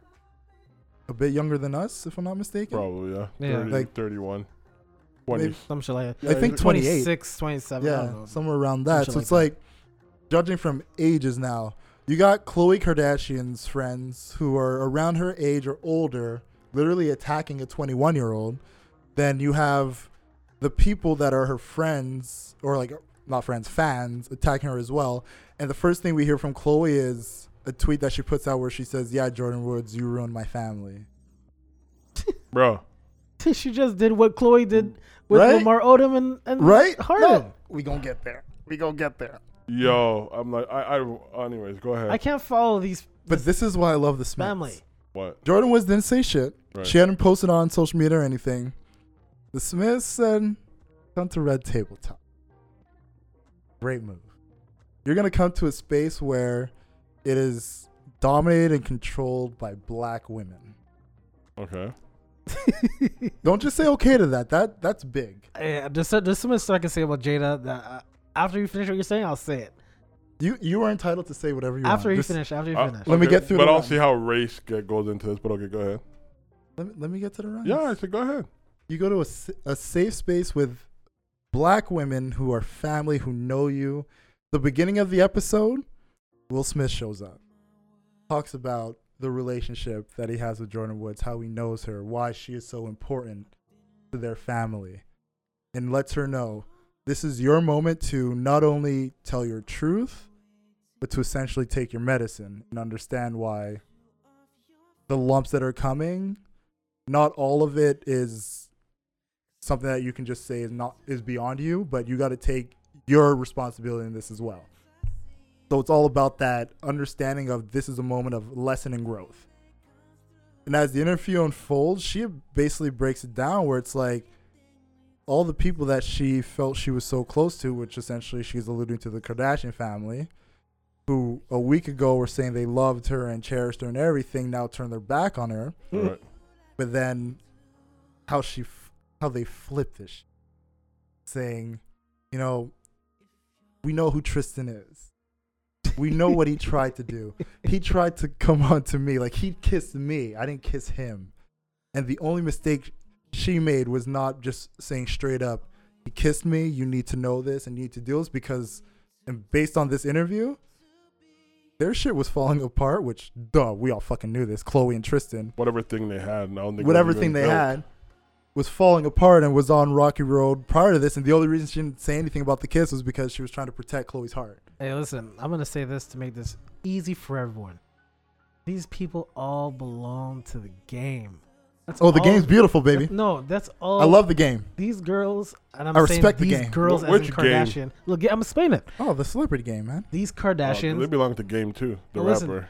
Speaker 1: A bit younger than us, if I'm not mistaken.
Speaker 2: Probably, yeah.
Speaker 3: Yeah.
Speaker 2: 30,
Speaker 1: Like-
Speaker 2: 31. 20s.
Speaker 3: Some shit like that.
Speaker 1: I think 28.
Speaker 3: 26, 27. I don't
Speaker 1: Yeah,
Speaker 3: know.
Speaker 1: somewhere around that.
Speaker 3: shit
Speaker 1: So
Speaker 3: like
Speaker 1: it's like judging from ages now. You got Khloe Kardashian's friends who are around her age or older, literally attacking a 21 year old. Then you have the people that are her friends or like not friends, fans attacking her as well. And the first thing we hear from Khloe is a tweet that she puts out where she says, "Yeah, Jordan Woods, you ruined my family."
Speaker 2: Bro.
Speaker 3: she just did what Chloe did with
Speaker 1: Right?
Speaker 3: Lamar Odom and, and
Speaker 1: Right?
Speaker 3: Harden.
Speaker 1: No, we gonna get there. We gonna get there.
Speaker 2: Yo, I'm like, I, I, anyways, go ahead.
Speaker 3: I can't follow these
Speaker 1: But this is why I love the Smiths.
Speaker 3: family.
Speaker 2: what?
Speaker 1: Jordan Woods didn't say shit.
Speaker 2: Right.
Speaker 1: She hadn't posted on social media or anything. The Smiths said, come to Red Tabletop. Great move. You're going to come to a space where it is dominated and controlled by black women.
Speaker 2: Okay.
Speaker 1: Don't just say okay to that. That that's big.
Speaker 3: Yeah, there's, so- there's so much I can say about Jada that uh, after you finish what you're saying, I'll say it.
Speaker 1: You you are entitled to say whatever you
Speaker 3: after
Speaker 1: want.
Speaker 3: you
Speaker 1: Just
Speaker 3: finish, after you
Speaker 2: Uh,
Speaker 3: finish.
Speaker 1: Let me get through
Speaker 2: But
Speaker 1: the
Speaker 2: I'll
Speaker 1: rounds.
Speaker 2: see how race get, goes into this. But okay, go ahead.
Speaker 1: Let me, let me get to the rounds.
Speaker 2: Yeah, I said go ahead.
Speaker 1: you go to a, s- a safe space with black women who are family who know you the beginning of the episode will smith shows up talks about the relationship that he has with jordan woods how he knows her why she is so important to their family and lets her know this is your moment to not only tell your truth but to essentially take your medicine and understand why the lumps that are coming not all of it is something that you can just say is not is beyond you, but you got to take your responsibility in this as well. So it's all about that understanding of this is a moment of lesson and growth. And as the interview unfolds, she basically breaks it down where it's like all the people that she felt she was so close to, which essentially she's alluding to the Kardashian family, who a week ago were saying they loved her and cherished her and everything, now turn their back on her
Speaker 2: All right.
Speaker 1: but then how she f- how they flip this sh- saying you know we know who tristan is we know what he tried to do he tried to come on to me like he kissed me i didn't kiss him and the only mistake she made was not just saying straight up he kissed me you need to know this and you need to do this because and based on this interview their shit was falling apart which duh we all fucking knew this chloe and tristan
Speaker 2: Whatever thing they had, now they
Speaker 1: whatever thing they had was falling apart and was on rocky road prior to this and the only reason she didn't say anything about the kiss was because she was trying to protect chloe's heart
Speaker 3: Hey, listen, I'm gonna say this to make this easy for everyone. These people all belong to the game. That's
Speaker 1: oh the
Speaker 3: all-
Speaker 1: game's beautiful baby
Speaker 3: No, that's all.
Speaker 1: i love the game
Speaker 3: these girls, and I'm
Speaker 1: I
Speaker 3: saying
Speaker 1: respect the
Speaker 3: these
Speaker 1: game.
Speaker 3: girls
Speaker 2: Wh-
Speaker 3: as in
Speaker 2: which game?
Speaker 3: Kardashian. Look, I'm explaining it.
Speaker 1: oh the celebrity game man
Speaker 3: These
Speaker 2: Oh,
Speaker 3: Kardashians.
Speaker 2: they belong to game too. The
Speaker 3: Oh, listen.
Speaker 2: rapper.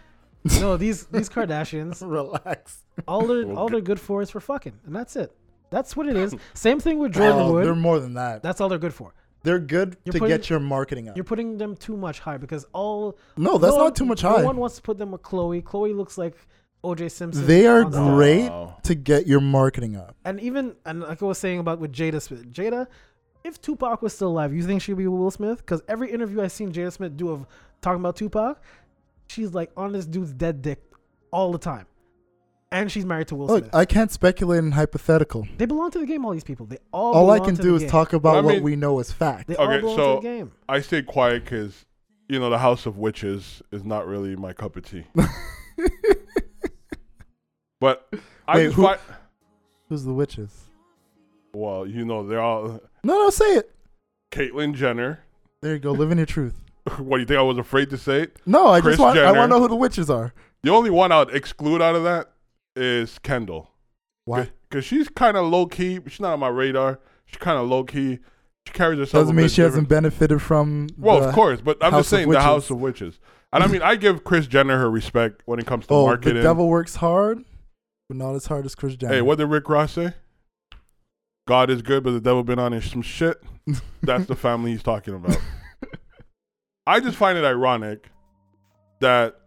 Speaker 3: no, these these Kardashians.
Speaker 1: relax
Speaker 3: All they're
Speaker 2: Well,
Speaker 3: all
Speaker 2: g-
Speaker 3: they're good for is for fucking, and that's it. That's what it is. Same thing with Jordan
Speaker 1: Oh, they're
Speaker 3: Wood.
Speaker 1: more than that
Speaker 3: That's all they're good for.
Speaker 1: they're good
Speaker 3: You're
Speaker 1: to
Speaker 3: putting-
Speaker 1: get your marketing up
Speaker 3: You're putting them too much high because all
Speaker 1: no that's
Speaker 3: no one-
Speaker 1: not too much
Speaker 3: No
Speaker 1: high
Speaker 3: one wants to put them with Chloe. Chloe looks like OJ Simpson.
Speaker 1: they are
Speaker 3: on steroids.
Speaker 1: great
Speaker 2: Wow.
Speaker 1: to get your marketing up
Speaker 3: And even and like I was saying about with Jada Smith, Jada, if Tupac was still alive, you think she'd be with Will Smith? Because every interview I've seen Jada Smith do of talking about Tupac, she's like on this dude's dead dick all the time, and she's married to Will
Speaker 1: look
Speaker 3: Smith.
Speaker 1: i can't speculate in hypothetical
Speaker 3: they belong to the game. All these people, they all.
Speaker 1: all i
Speaker 3: belong
Speaker 1: can
Speaker 3: to
Speaker 1: do
Speaker 3: the
Speaker 1: is
Speaker 3: game.
Speaker 1: talk about
Speaker 2: Well, I
Speaker 1: what
Speaker 2: mean-
Speaker 1: we know is fact
Speaker 3: They all
Speaker 2: Okay,
Speaker 3: belong
Speaker 2: so-
Speaker 3: to the game.
Speaker 2: I stay quiet because you know the House of Witches is not really my cup of tea. But I
Speaker 1: Wait,
Speaker 2: just
Speaker 1: who-
Speaker 2: find,
Speaker 1: who's the witches
Speaker 2: well, you know, they're all
Speaker 1: no no say it
Speaker 2: Caitlyn Jenner.
Speaker 1: there you go living your truth
Speaker 2: what do you think I was afraid to say? It?
Speaker 1: No, I
Speaker 2: Kris
Speaker 1: just want I
Speaker 2: Jenner.
Speaker 1: want to know who the witches are.
Speaker 2: The only one I'd exclude out of that is Kendall.
Speaker 1: Why?
Speaker 2: Because she's kind of low key. She's not on my radar. She's kind of low key. She carries herself.
Speaker 1: Doesn't
Speaker 2: a
Speaker 1: mean
Speaker 2: bit
Speaker 1: she hasn't
Speaker 2: different.
Speaker 1: benefited from.
Speaker 2: Well,
Speaker 1: the-
Speaker 2: of course, but I'm
Speaker 1: House of
Speaker 2: just saying the
Speaker 1: Witches.
Speaker 2: House of Witches. And I mean, I give Chris Jenner her respect when it comes to
Speaker 1: Oh,
Speaker 2: marketing.
Speaker 1: the devil works hard, but not as hard as Chris Jenner.
Speaker 2: Hey, what did Rick Ross say? God is good, but the devil been on his some shit. That's the family he's talking about. I just find it ironic that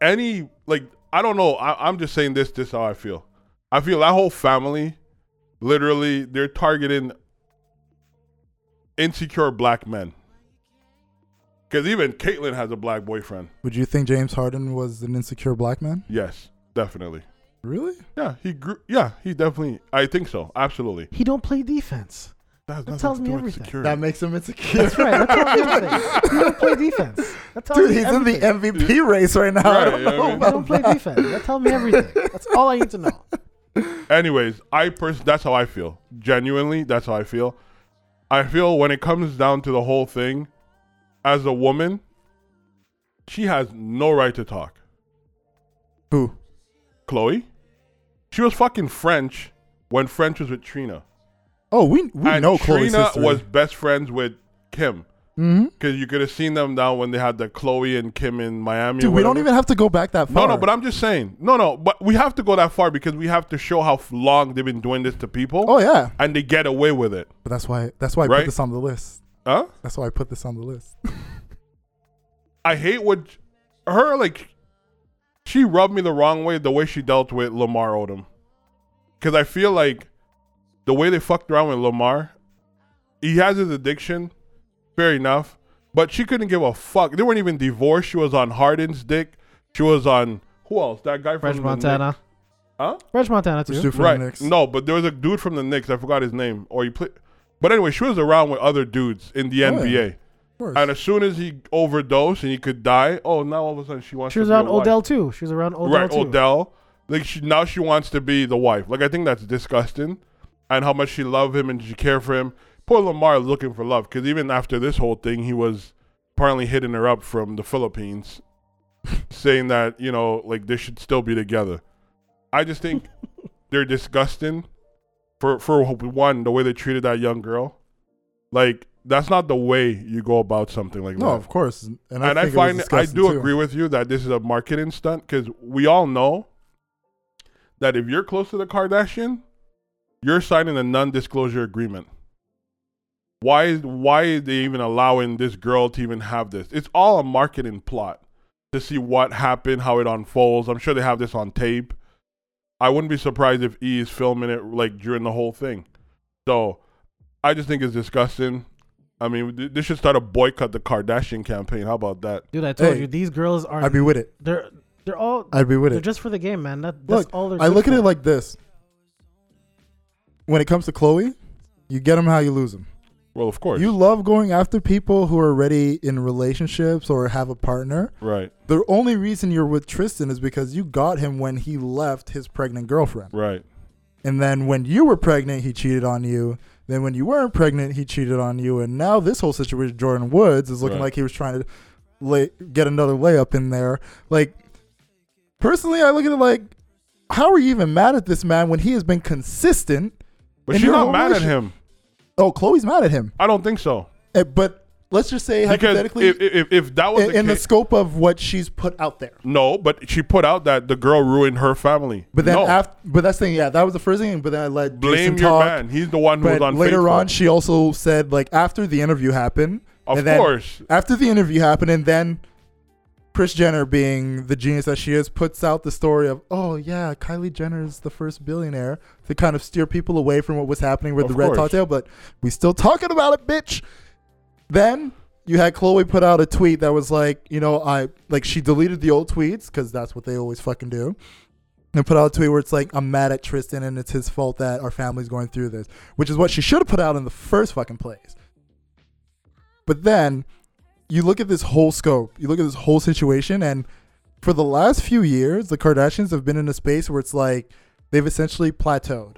Speaker 2: any like I don't know. I, I'm just saying this. This is how I feel. I feel that whole family, literally, they're targeting insecure black men. Because even Caitlyn has a black boyfriend.
Speaker 1: Would you think James Harden was an insecure black man?
Speaker 2: Yes, definitely.
Speaker 1: Really?
Speaker 2: Yeah, he grew. Yeah, he definitely. I think so. Absolutely.
Speaker 3: He don't play defense.
Speaker 2: That,
Speaker 3: That tells me everything.
Speaker 1: That makes him insecure.
Speaker 3: That's right. That tells me everything. He don't play defense. That tells
Speaker 1: Dude,
Speaker 3: me
Speaker 1: he's
Speaker 3: everything.
Speaker 1: in the MVP race right now. I
Speaker 2: Right,
Speaker 1: don't
Speaker 2: yeah, I
Speaker 1: know
Speaker 2: mean-
Speaker 3: He
Speaker 1: about
Speaker 3: don't play
Speaker 1: that.
Speaker 3: defense. That tells me everything. That's all I need to know.
Speaker 2: Anyways, I pers- that's how I feel. Genuinely, that's how I feel. I feel when it comes down to the whole thing, as a woman, she has no right to talk.
Speaker 1: Who?
Speaker 2: Chloe, she was fucking French when French was with Trina.
Speaker 1: Oh, we we
Speaker 2: and
Speaker 1: know Chloe's
Speaker 2: Trina
Speaker 1: history.
Speaker 2: was best friends with Kim.
Speaker 1: Mhm.
Speaker 2: Because you could have seen them now when they had the Chloe and Kim in Miami. or
Speaker 1: Dude, we don't
Speaker 2: whatever.
Speaker 1: even have to go back that
Speaker 2: No,
Speaker 1: far.
Speaker 2: no, but I'm just saying. No, no, but we have to go that far because we have to show how f- long they've been doing this to people.
Speaker 1: Oh yeah,
Speaker 2: and they get away with it.
Speaker 1: but that's why that's why I
Speaker 2: Right?
Speaker 1: put this on the list.
Speaker 2: Huh?
Speaker 1: That's why I put this on the list.
Speaker 2: I hate what her like. She rubbed me the wrong way the way she dealt with Lamar Odom. because I feel like the way they fucked around with Lamar, he has his addiction, fair enough, but she couldn't give a fuck. They weren't even divorced. She was on Harden's dick. She was on who else? That guy from
Speaker 3: French
Speaker 2: the
Speaker 3: Montana.
Speaker 2: Knicks. Huh?
Speaker 3: French Montana too.
Speaker 1: Stu from the
Speaker 2: right.
Speaker 1: Knicks.
Speaker 2: No, but there was a dude from the Knicks. I forgot his name. Or he played. But anyway, she was around with other dudes in the
Speaker 1: Oh, yeah.
Speaker 2: NBA.
Speaker 1: Of course.
Speaker 2: And as soon as he overdosed and he could die, oh, now all of a sudden she wants
Speaker 3: She
Speaker 2: to
Speaker 3: was
Speaker 2: be
Speaker 3: around
Speaker 2: a wife.
Speaker 3: Odell too. She was around Odell
Speaker 2: right,
Speaker 3: too.
Speaker 2: Odell. Like she, now she wants to be the wife. Like I think that's disgusting, and how much she loved him and she cared for him. Poor Lamar is looking for love because even after this whole thing, he was apparently hitting her up from the Philippines, saying that you know like they should still be together. I just think they're disgusting. For for one, the way they treated that young girl, like that's not the way you go about something like
Speaker 1: no,
Speaker 2: that
Speaker 1: of course. And, I,
Speaker 2: and
Speaker 1: think it
Speaker 2: I,
Speaker 1: was
Speaker 2: find I
Speaker 1: disgusting,
Speaker 2: do
Speaker 1: too.
Speaker 2: agree with you that this is a marketing stunt because we all know that if you're close to the Kardashian, you're signing a non-disclosure agreement. Why is why are they even allowing this girl to even have this? It's all a marketing plot to see what happened, how it unfolds. I'm sure they have this on tape. I wouldn't be surprised if E is filming it like during the whole thing. So I just think it's disgusting. I mean, th- this should start a boycott the Kardashian campaign. How about that?
Speaker 3: Dude, I told
Speaker 1: Hey,
Speaker 3: you these girls are.
Speaker 1: I'd be with it.
Speaker 3: they're they're all.
Speaker 1: I'd be with
Speaker 3: they're
Speaker 1: it.
Speaker 3: just for the game, man. That, that's
Speaker 1: Look,
Speaker 3: all they're.
Speaker 1: I
Speaker 3: good
Speaker 1: look at
Speaker 3: for.
Speaker 1: it like this. When it comes to Chloe, you get them how you lose them.
Speaker 2: Well, of course.
Speaker 1: You love going after people who are already in relationships or have a partner.
Speaker 2: right,
Speaker 1: The only reason you're with Tristan is because you got him when he left his pregnant girlfriend.
Speaker 2: right.
Speaker 1: And then when you were pregnant, he cheated on you. Then when you weren't pregnant, he cheated on you. And now this whole situation, Jordan Woods is looking
Speaker 2: Right.
Speaker 1: like he was trying to lay, get another layup in there. Like, personally, I look at it like, how are you even mad at this man when he has been consistent?
Speaker 2: But
Speaker 1: And
Speaker 2: she's
Speaker 1: you're
Speaker 2: not
Speaker 1: a
Speaker 2: mad at
Speaker 1: relationship-
Speaker 2: him.
Speaker 1: Oh, Chloe's mad at him.
Speaker 2: I don't think so.
Speaker 1: Eh, But let's just say
Speaker 2: Because if,
Speaker 1: hypothetically,
Speaker 2: if, if, if that was
Speaker 1: in,
Speaker 2: the
Speaker 1: in the
Speaker 2: case,
Speaker 1: scope of what she's put out there.
Speaker 2: no, but she put out that the girl ruined her family.
Speaker 1: But then
Speaker 2: no,
Speaker 1: after, but that's the thing. Yeah, that was the first thing. But then I let
Speaker 2: blame
Speaker 1: Jason
Speaker 2: your
Speaker 1: talk.
Speaker 2: man. He's the one who was
Speaker 1: But
Speaker 2: on
Speaker 1: later on, she also said like after the interview happened.
Speaker 2: Of
Speaker 1: and then-
Speaker 2: course.
Speaker 1: After the interview happened, and then Chris Jenner, being the genius that she is, puts out the story of oh yeah, Kylie Jenner is the first billionaire to kind of steer people away from what was happening with
Speaker 2: Of
Speaker 1: the red
Speaker 2: course.
Speaker 1: top tail. But we still talking about it, bitch. Then. You had Chloe put out a tweet that was like, you know, I like she deleted the old tweets because that's what they always fucking do and put out a tweet where it's like, I'm mad at Tristan and it's his fault that our family's going through this, which is what she should have put out in the first fucking place. But then you look at this whole scope, you look at this whole situation, and for the last few years, the Kardashians have been in a space where it's like they've essentially plateaued.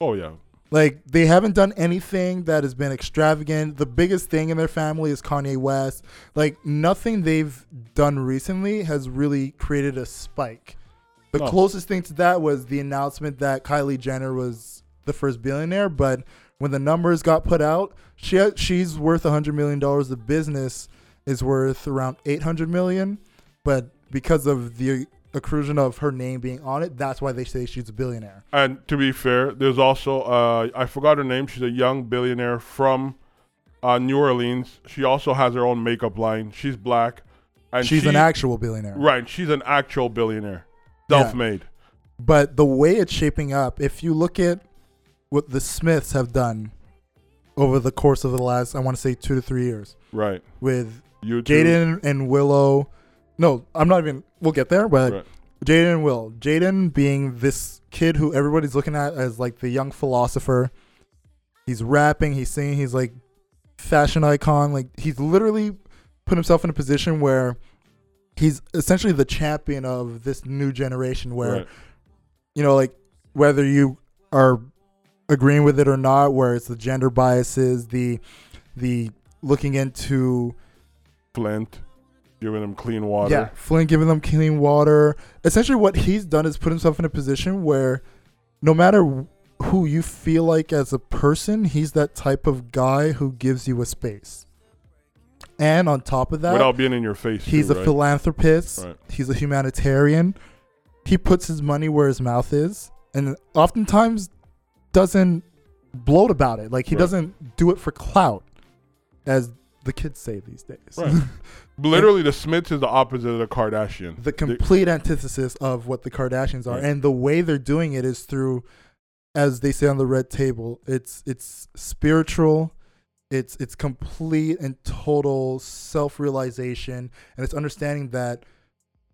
Speaker 2: oh yeah,
Speaker 1: Like they haven't done anything that has been extravagant. The biggest thing in their family is Kanye West. Like nothing they've done recently has really created a spike. The
Speaker 2: No.
Speaker 1: closest thing to that was the announcement that Kylie Jenner was the first billionaire, but when the numbers got put out, she had, she's worth 100 million dollars. The business is worth around 800 million, but because of the accrusion of her name being on it, that's why they say she's a billionaire.
Speaker 2: And to be fair, there's also uh, I forgot her name. She's a young billionaire from uh, New Orleans. She also has her own makeup line. She's black, and
Speaker 1: she's
Speaker 2: she,
Speaker 1: an actual billionaire.
Speaker 2: right. She's an actual billionaire,
Speaker 1: Yeah.
Speaker 2: self-made.
Speaker 1: But the way it's shaping up, if you look at what the Smiths have done over the course of the last, I want to say two to three years,
Speaker 2: Right.
Speaker 1: with
Speaker 2: You too.
Speaker 1: Jaden and Willow. No, I'm not even. We'll get there, but
Speaker 2: Right.
Speaker 1: Jaden and Will. Jaden being this kid who everybody's looking at as like the young philosopher. He's rapping, he's singing, he's like fashion icon. Like he's literally put himself in a position where he's essentially the champion of this new generation where
Speaker 2: Right.
Speaker 1: you know, like whether you are agreeing with it or not, where it's the gender biases, the the looking into
Speaker 2: Flint, giving them clean water.
Speaker 1: yeah, Flynn giving them clean water. Essentially, what he's done is put himself in a position where, no matter who you feel like as a person, he's that type of guy who gives you a space. And on top of that,
Speaker 2: without being in your face.
Speaker 1: he's
Speaker 2: too,
Speaker 1: a
Speaker 2: right?
Speaker 1: philanthropist.
Speaker 2: Right.
Speaker 1: He's a humanitarian. He puts his money where his mouth is, and oftentimes doesn't bloat about it. Like he
Speaker 2: Right.
Speaker 1: doesn't do it for clout, as the kids say these days.
Speaker 2: Right. Literally, the Smiths is the opposite of the Kardashian.
Speaker 1: the complete antithesis of what the Kardashians are,
Speaker 2: Right.
Speaker 1: and the way they're doing it is through, as they say on the red table, it's it's spiritual, it's it's complete and total self realization, and it's understanding that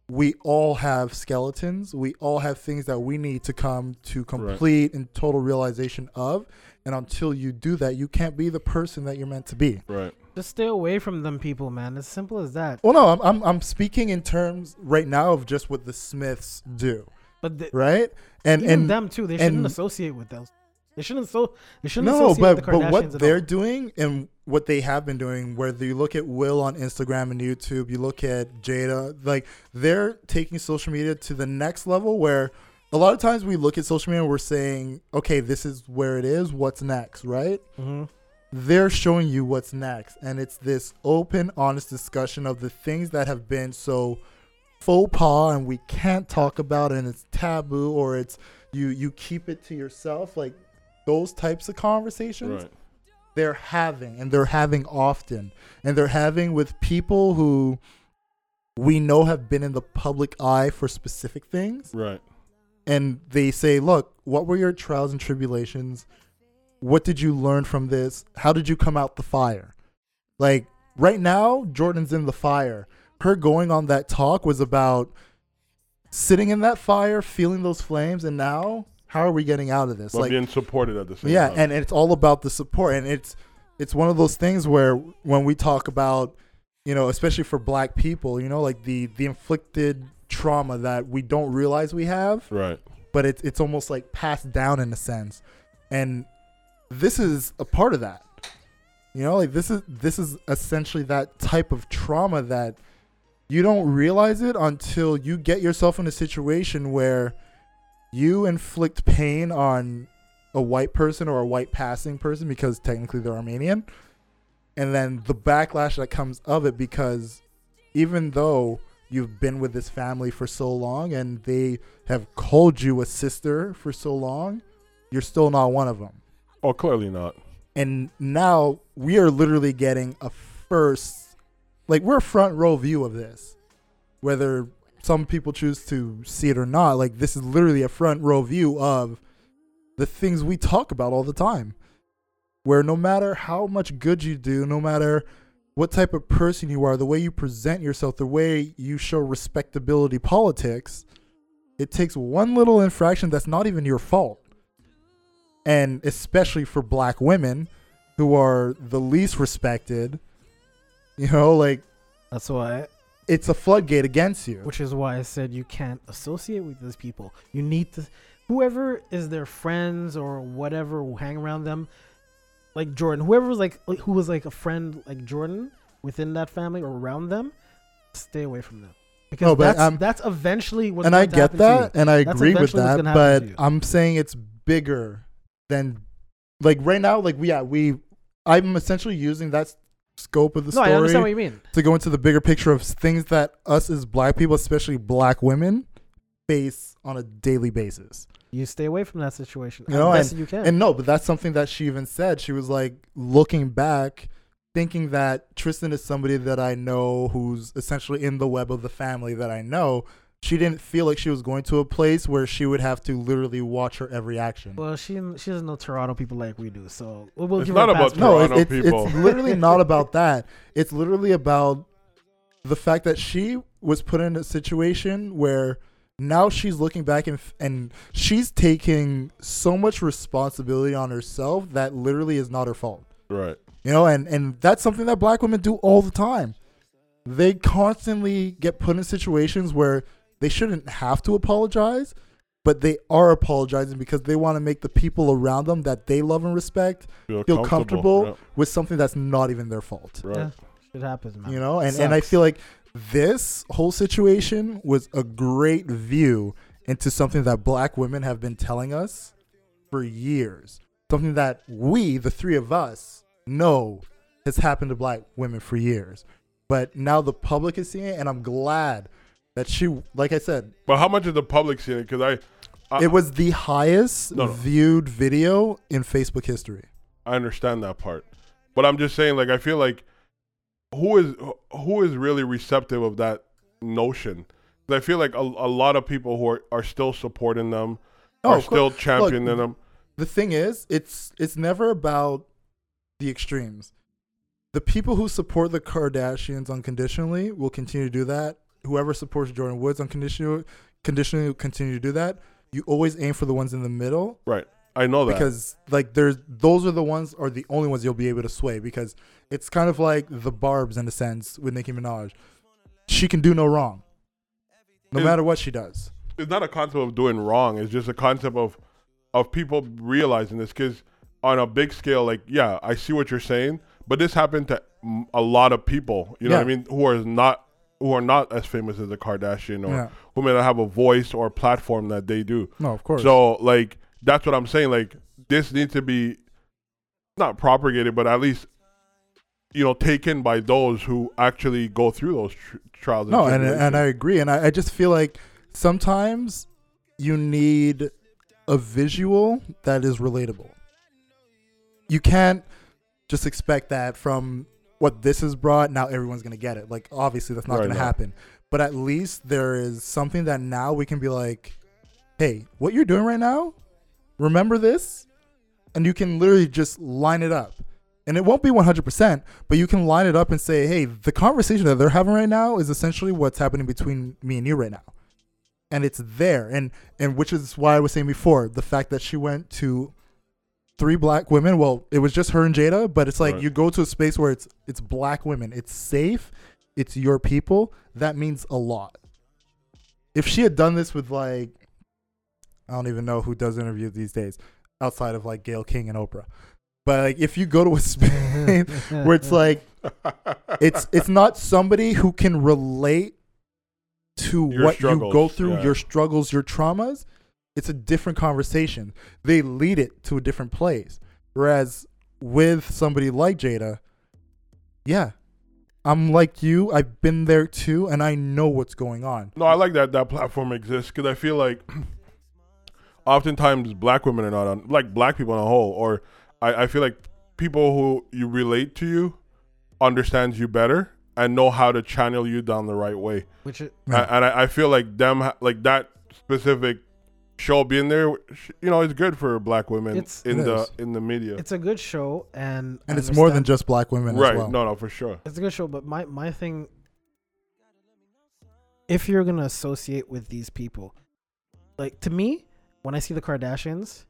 Speaker 1: we all have skeletons, we all have things that we need to come to complete and total realization of, and until you do that, you can't be the person that you're meant to be.
Speaker 2: right.
Speaker 3: Just stay away from them people, man. As simple as that.
Speaker 1: Well, no, I'm I'm, I'm speaking in terms right now of just what the Smiths do
Speaker 3: But the,
Speaker 1: right? And
Speaker 3: even
Speaker 1: and
Speaker 3: them too, they
Speaker 1: and-
Speaker 3: shouldn't associate with those. They shouldn't so they shouldn't
Speaker 1: no,
Speaker 3: associate
Speaker 1: but
Speaker 3: with the
Speaker 1: but
Speaker 3: Kardashians
Speaker 1: what
Speaker 3: at
Speaker 1: they're
Speaker 3: all.
Speaker 1: doing and what they have been doing, whether you look at Will on Instagram and YouTube, you look at Jada, like they're taking social media to the next level where. A lot of times we look at social media and we're saying, okay, this is where it is. What's next, right?
Speaker 3: Mhm.
Speaker 1: they're showing you what's next. And it's this open, honest discussion of the things that have been so faux pas and we can't talk about and it's taboo or it's you you keep it to yourself. Like those types of conversations
Speaker 2: Right.
Speaker 1: they're having and they're having often. And they're having with people who we know have been in the public eye for specific things
Speaker 2: Right.
Speaker 1: and they say, "Look, what were your trials and tribulations? What did you learn from this? How did you come out the fire?" Like right now, Jordan's in the fire. Her going on that talk was about sitting in that fire, feeling those flames, and now how are we getting out of this?
Speaker 2: But
Speaker 1: like
Speaker 2: being supported at the same
Speaker 1: yeah,
Speaker 2: time.
Speaker 1: and it's all about the support, and it's it's one of those things where when we talk about, you know, especially for Black people, you know, like the the inflicted trauma that we don't realize we have
Speaker 2: right.
Speaker 1: but it's it's almost like passed down in a sense, and this is a part of that. You know, like this is this is essentially that type of trauma that you don't realize it until you get yourself in a situation where you inflict pain on a white person or a white passing person because technically they're Armenian, and then the backlash that comes of it because even though you've been with this family for so long and they have called you a sister for so long, you're still not one of them.
Speaker 2: Oh, clearly not.
Speaker 1: And now we are literally getting a first, like, we're a front row view of this. Whether some people choose to see it or not, like, this is literally a front row view of the things we talk about all the time. Where no matter how much good you do, no matter what type of person you are, the way you present yourself, the way you show respectability politics, it takes one little infraction that's not even your fault. And especially for black women who are the least respected, you know, like
Speaker 3: That's why
Speaker 1: it's a floodgate against you.
Speaker 3: which is why I said you can't associate with these people. You need to whoever is their friends or whatever who hang around them, like Jordan, whoever was like who was like a friend like Jordan within that family or around them, stay away from them. Because
Speaker 1: No, but
Speaker 3: that's
Speaker 1: I'm-
Speaker 3: that's eventually what's
Speaker 1: and
Speaker 3: going
Speaker 1: I
Speaker 3: to
Speaker 1: get
Speaker 3: happen to you.
Speaker 1: that and I
Speaker 3: That's
Speaker 1: agree with
Speaker 3: eventually what's
Speaker 1: that,
Speaker 3: gonna
Speaker 1: but
Speaker 3: happen to you.
Speaker 1: I'm saying it's bigger than like right now like we yeah, we I'm essentially using that s- scope of the
Speaker 3: No,
Speaker 1: story
Speaker 3: I understand what you mean.
Speaker 1: to go into the bigger picture of things that us as black people, especially black women, face on a daily basis.
Speaker 3: You stay away from that situation.
Speaker 1: You know,
Speaker 3: unless you can.
Speaker 1: And no, but that's something that she even said. She was like looking back, thinking that Tristan is somebody that I know who's essentially in the web of the family that I know. She didn't feel like she was going to a place where she would have to literally watch her every action.
Speaker 3: well, she she doesn't know Toronto people like we do, so we'll, we'll
Speaker 2: It's
Speaker 3: give
Speaker 2: not
Speaker 3: her a
Speaker 2: about
Speaker 3: pass. for
Speaker 1: No,
Speaker 3: that.
Speaker 1: it's,
Speaker 2: Toronto
Speaker 1: it's, it's
Speaker 2: people.
Speaker 1: literally not about that. It's literally about the fact that she was put in a situation where now she's looking back and f- and she's taking so much responsibility on herself that literally is not her fault.
Speaker 2: Right.
Speaker 1: You know, and and that's something that black women do all the time. They constantly get put in situations where they shouldn't have to apologize, but they are apologizing because they want to make the people around them that they love and respect
Speaker 2: Feel,
Speaker 1: feel comfortable, with something that's not even their fault.
Speaker 2: Yeah, Right.
Speaker 3: Shit happens, man.
Speaker 1: You know, and, and I
Speaker 3: Sucks.
Speaker 1: feel like this whole situation was a great view into something that black women have been telling us for years. Something that we, the three of us, know has happened to black women for years. But now the public is seeing it, and I'm glad that she, like I said,
Speaker 2: But how much is the public seeing it? Because I, I,
Speaker 1: it was the highest
Speaker 2: Uh, No, no.
Speaker 1: viewed video in Facebook history.
Speaker 2: I understand that part. But I'm just saying, like, I feel like who is who is really receptive of that notion? 'Cause I feel like a, a lot of people who are, are still supporting them
Speaker 1: Oh,
Speaker 2: are
Speaker 1: of course.
Speaker 2: still championing them.
Speaker 1: the thing is, it's it's never about the extremes. The people who support the Kardashians unconditionally will continue to do that. Whoever supports Jordan Woods unconditionally, conditionally will continue to do that. You always aim for the ones in the middle
Speaker 2: Right. I know that.
Speaker 1: because, like, there's those are the ones are the only ones you'll be able to sway because it's kind of like the Barb's in a sense with Nicki Minaj. She can do no wrong, no
Speaker 2: Is-
Speaker 1: matter what she does.
Speaker 2: it's not a concept of doing wrong. It's just a concept of of people realizing this because on a big scale, like yeah, I see what you're saying, but this happened to mm, a lot of people. You know what I
Speaker 1: Yeah.
Speaker 2: mean? Who are not who are not as famous as a Kardashian or
Speaker 1: Yeah.
Speaker 2: who may not have a voice or a platform that they do.
Speaker 1: No, of course.
Speaker 2: So like that's what I'm saying. Like this needs to be not propagated, but at least you know taken by those who actually go through those tr- trials.
Speaker 1: No, and
Speaker 2: tribulations.
Speaker 1: and I agree, and I, I just feel like sometimes you need a visual that is relatable. You can't just expect that from what this has brought. Now everyone's gonna get it. Like obviously that's not
Speaker 2: Right,
Speaker 1: gonna
Speaker 2: no.
Speaker 1: happen. But at least there is something that now we can be like, hey, what you're doing right now, remember this, and you can literally just line it up and it won't be 100% but you can line it up and say hey the conversation that they're having right now is essentially what's happening between me and you right now and it's there and and which is why i was saying before the fact that she went to three black women well it was just her and jada but it's like
Speaker 2: Right.
Speaker 1: you go to a space where it's it's black women it's safe it's your people that means a lot if she had done this with like i don't even know who does interviews these days outside of like gail king and oprah but like if you go to a space Mm-hmm. where it's like it's it's not somebody who can relate to
Speaker 2: Your
Speaker 1: what you go
Speaker 2: struggles,
Speaker 1: through,
Speaker 2: yeah.
Speaker 1: your struggles, your traumas. It's a different conversation. They lead it to a different place. Whereas with somebody like Jada, yeah, I'm like you. I've been there too, and I know what's going on.
Speaker 2: No, I like that that platform exists because I feel like oftentimes black women are not on, like black people on a whole, or I, I feel like people who you relate to you understands you better and know how to channel you down the right way.
Speaker 3: which it,
Speaker 1: Yeah.
Speaker 2: A- and I, I feel like them ha- like that specific show being there, sh- you know, is good for black women
Speaker 3: It's-
Speaker 2: in
Speaker 1: It
Speaker 2: the
Speaker 1: is.
Speaker 2: in the media.
Speaker 3: it's a good show, and
Speaker 1: And
Speaker 3: I
Speaker 1: it's more than
Speaker 3: understand-
Speaker 1: just black women
Speaker 2: right?
Speaker 1: as well.
Speaker 2: No, no, for sure.
Speaker 3: it's a good show. But my my thing, if you're gonna associate with these people, like to me, when I see the Kardashians,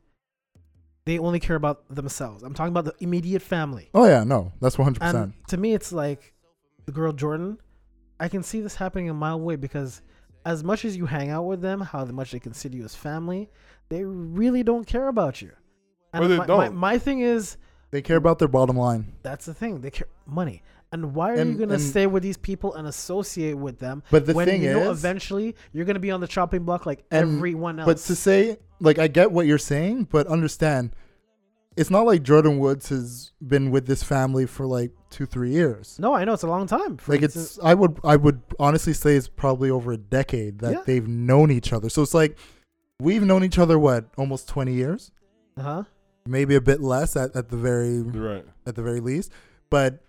Speaker 3: they only care about themselves. I'm talking about the immediate family.
Speaker 1: Oh yeah, no, that's 100.
Speaker 3: And
Speaker 1: percent
Speaker 3: to me, it's like the girl Jordan. I can see this happening a mile away because as much as you hang out with them, how much they consider you as family, they really don't care about you. And
Speaker 2: Well, they
Speaker 3: my, my,
Speaker 2: don't.
Speaker 3: my thing is
Speaker 1: They care about their bottom line.
Speaker 3: that's the thing they care money. And why are you
Speaker 1: And-
Speaker 3: gonna
Speaker 1: and-
Speaker 3: stay with these people and associate with them?
Speaker 1: But the
Speaker 3: when
Speaker 1: thing
Speaker 3: you know
Speaker 1: is-
Speaker 3: eventually you're gonna be on the chopping block like
Speaker 1: And-
Speaker 3: everyone else.
Speaker 1: But to say, like, I get what you're saying, but understand, it's not like Jordan Woods has been with this family for like two, three years.
Speaker 3: no, I know it's a long time. For
Speaker 1: Like,
Speaker 3: instance-
Speaker 1: it's I would I would honestly say it's probably over a decade that
Speaker 3: Yeah.
Speaker 1: they've known each other. So it's like we've known each other what almost twenty years,
Speaker 3: huh?
Speaker 1: maybe a bit less at, at the very
Speaker 2: Right.
Speaker 1: at the very least. But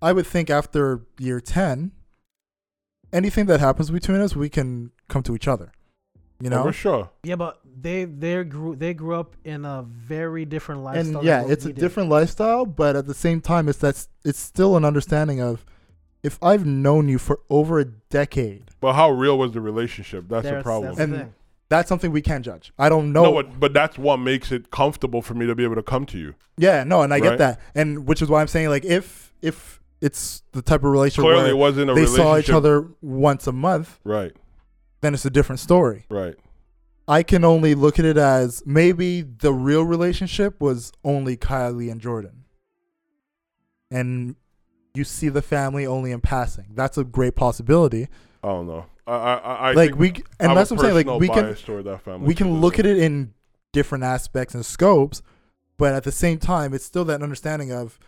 Speaker 1: I would think after year 10, anything that happens between us, we can come to each other. You
Speaker 2: No,
Speaker 1: know?
Speaker 2: for sure.
Speaker 3: Yeah, but they they grew they grew up in a very different lifestyle.
Speaker 1: And
Speaker 3: than
Speaker 1: yeah,
Speaker 3: what
Speaker 1: it's
Speaker 3: we
Speaker 1: a
Speaker 3: did.
Speaker 1: different lifestyle, but at the same time, it's that's it's still an understanding of if I've known you for over a decade,
Speaker 2: But how real was the relationship? That's the
Speaker 3: There's-
Speaker 2: problem.
Speaker 3: that's the
Speaker 1: And
Speaker 3: thing.
Speaker 1: that's something we can't judge. I don't know.
Speaker 2: No, but, but that's what makes it comfortable for me to be able to come to you.
Speaker 1: yeah, no, and I
Speaker 2: Right.
Speaker 1: get that, and which is why I'm saying like if if it's the type of relationship
Speaker 2: Clearly,
Speaker 1: where
Speaker 2: it wasn't a
Speaker 1: they
Speaker 2: relationship.
Speaker 1: saw each other once a month,
Speaker 2: Right,
Speaker 1: then it's a different story.
Speaker 2: right.
Speaker 1: I can only look at it as maybe the real relationship was only Kylie and Jordan. And you see the family only in passing. That's a great possibility.
Speaker 2: I don't know. I, I, I I
Speaker 1: like
Speaker 2: think
Speaker 1: we c-
Speaker 2: I
Speaker 1: and
Speaker 2: have
Speaker 1: that's
Speaker 2: a
Speaker 1: what I'm saying
Speaker 2: personal
Speaker 1: like we can
Speaker 2: bias toward that family
Speaker 1: we can look at it in different aspects and scopes, but at the same time it's still that understanding of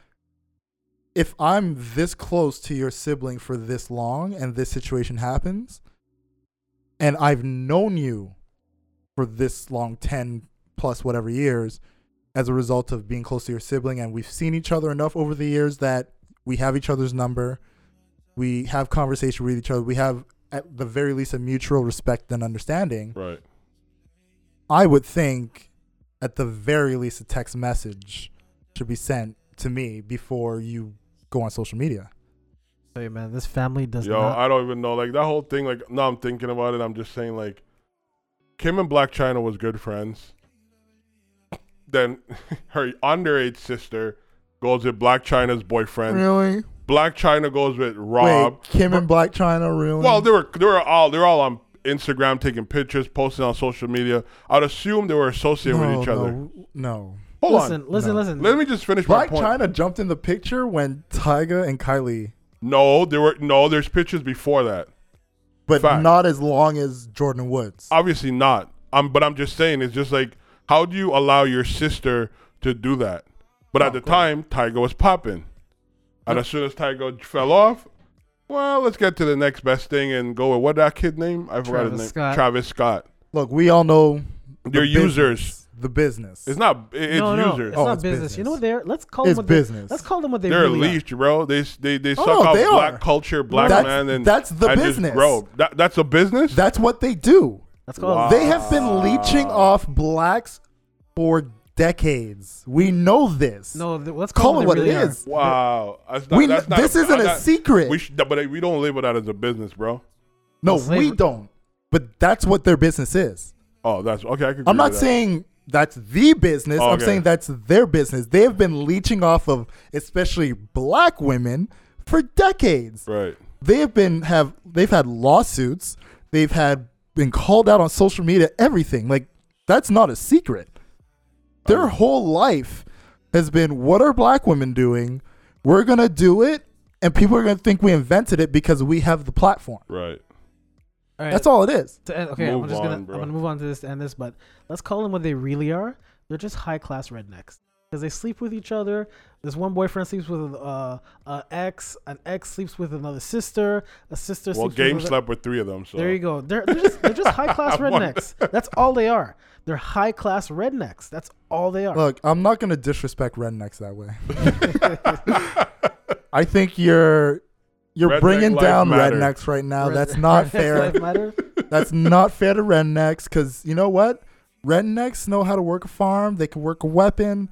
Speaker 1: if I'm this close to your sibling for this long and this situation happens and I've known you for this long 10 plus whatever years as a result of being close to your sibling and we've seen each other enough over the years that we have each other's number we have conversation with each other. We have at the very least a mutual respect and understanding.
Speaker 2: Right.
Speaker 1: I would think at the very least a text message should be sent to me before you go on social media.
Speaker 3: Tell you, man, this family does
Speaker 2: Yo,
Speaker 3: not.
Speaker 2: I don't even know. Like that whole thing. Like now I'm thinking about it. I'm just saying like, Kim and Black China was good friends. Then her underage sister goes with Black China's boyfriend.
Speaker 1: Really?
Speaker 2: Black China goes with Rob.
Speaker 1: Wait, Kim and Black China really?
Speaker 2: Well, they were they were all they were all on Instagram taking pictures, posting on social media. I'd assume they were associated
Speaker 1: no,
Speaker 2: with each other.
Speaker 1: No, no.
Speaker 2: Hold
Speaker 3: listen,
Speaker 2: on.
Speaker 3: listen,
Speaker 1: No.
Speaker 3: listen.
Speaker 2: Let me just finish
Speaker 1: Black
Speaker 2: my point.
Speaker 1: China jumped in the picture when Tyga and Kylie,
Speaker 2: No, there were no. There's pictures before that.
Speaker 1: but
Speaker 2: Fact. Uh,
Speaker 1: not as long as Jordan Woods.
Speaker 2: Obviously not. Um, but I'm just saying, it's just like, how do you allow your sister to do that? But at the time, Tiger was popping, and as soon as Tiger fell off, well, let's get to the next best thing and go with what that kid name? I forgot
Speaker 3: Travis
Speaker 2: his name.
Speaker 3: Scott.
Speaker 2: Travis Scott.
Speaker 1: Look, we all know the
Speaker 2: They're users.
Speaker 1: business, The business.
Speaker 2: It's not. it- It's
Speaker 3: no, no,
Speaker 2: users.
Speaker 3: it's
Speaker 1: Oh,
Speaker 3: not
Speaker 1: it's
Speaker 3: business.
Speaker 1: business.
Speaker 3: You know what they're? Let's call
Speaker 1: It's
Speaker 3: them what they-
Speaker 1: business.
Speaker 3: let's call them what they
Speaker 2: They're
Speaker 3: really are.
Speaker 2: leech, bro. They s- they they
Speaker 1: Oh,
Speaker 2: suck
Speaker 1: no,
Speaker 2: out
Speaker 1: they
Speaker 2: black
Speaker 1: are.
Speaker 2: culture, black
Speaker 1: That's-
Speaker 2: man, and
Speaker 1: that's the
Speaker 2: and just
Speaker 1: business.
Speaker 2: grow. That, that's a business.
Speaker 1: That's what they do.
Speaker 3: Let's call
Speaker 2: Wow.
Speaker 3: them.
Speaker 1: They have been leeching off blacks for decades. We know this.
Speaker 3: No, th- let's
Speaker 1: Call
Speaker 3: call,
Speaker 1: it
Speaker 3: them
Speaker 1: what
Speaker 3: really
Speaker 1: it
Speaker 3: are.
Speaker 1: is.
Speaker 2: wow. That's not,
Speaker 1: We-
Speaker 2: that's not
Speaker 1: this isn't a
Speaker 2: not-
Speaker 1: secret.
Speaker 2: We should, but we don't label that as a business, bro.
Speaker 1: No,
Speaker 3: Well,
Speaker 1: we
Speaker 3: slavery-
Speaker 1: don't. But that's what their business is.
Speaker 2: Oh, that's okay. I can.
Speaker 1: I'm
Speaker 2: agree
Speaker 1: not
Speaker 2: with that. Oh,
Speaker 1: saying that's the business. I'm
Speaker 2: Okay.
Speaker 1: saying that's their business. They have been leeching off of especially black women for decades.
Speaker 2: right.
Speaker 1: They have been have they've had lawsuits. They've had been called out on social media, everything. Like that's not a secret. Their whole life has been what are black women doing? We're going to do it and people are going to think we invented it because we have the platform.
Speaker 2: Right.
Speaker 3: All right,
Speaker 1: That's all it is.
Speaker 3: To end, okay,
Speaker 2: Move
Speaker 3: I'm just gonna
Speaker 2: on, bro.
Speaker 3: I'm gonna move on to this to end this, but let's call them what they really are. They're just high class rednecks because they sleep with each other. This one boyfriend sleeps with uh, an ex, an ex sleeps with another sister, a sister.
Speaker 2: Well,
Speaker 3: sleeps
Speaker 2: Game
Speaker 3: with another-
Speaker 2: slept with three of them. So
Speaker 3: There you go. They're, they're just they're just high class
Speaker 2: I wonder.
Speaker 3: rednecks. That's all they are. They're high class rednecks. That's all they are.
Speaker 1: Look, I'm not gonna disrespect rednecks that way. I think you're you're
Speaker 2: Redneck
Speaker 1: bringing
Speaker 2: life
Speaker 1: down
Speaker 2: matter.
Speaker 1: rednecks right now.
Speaker 3: Red-
Speaker 1: That's not
Speaker 3: rednecks
Speaker 1: fair.
Speaker 3: life matter.
Speaker 1: That's not fair to rednecks because you know what? Rednecks know how to work a farm. They can work a weapon.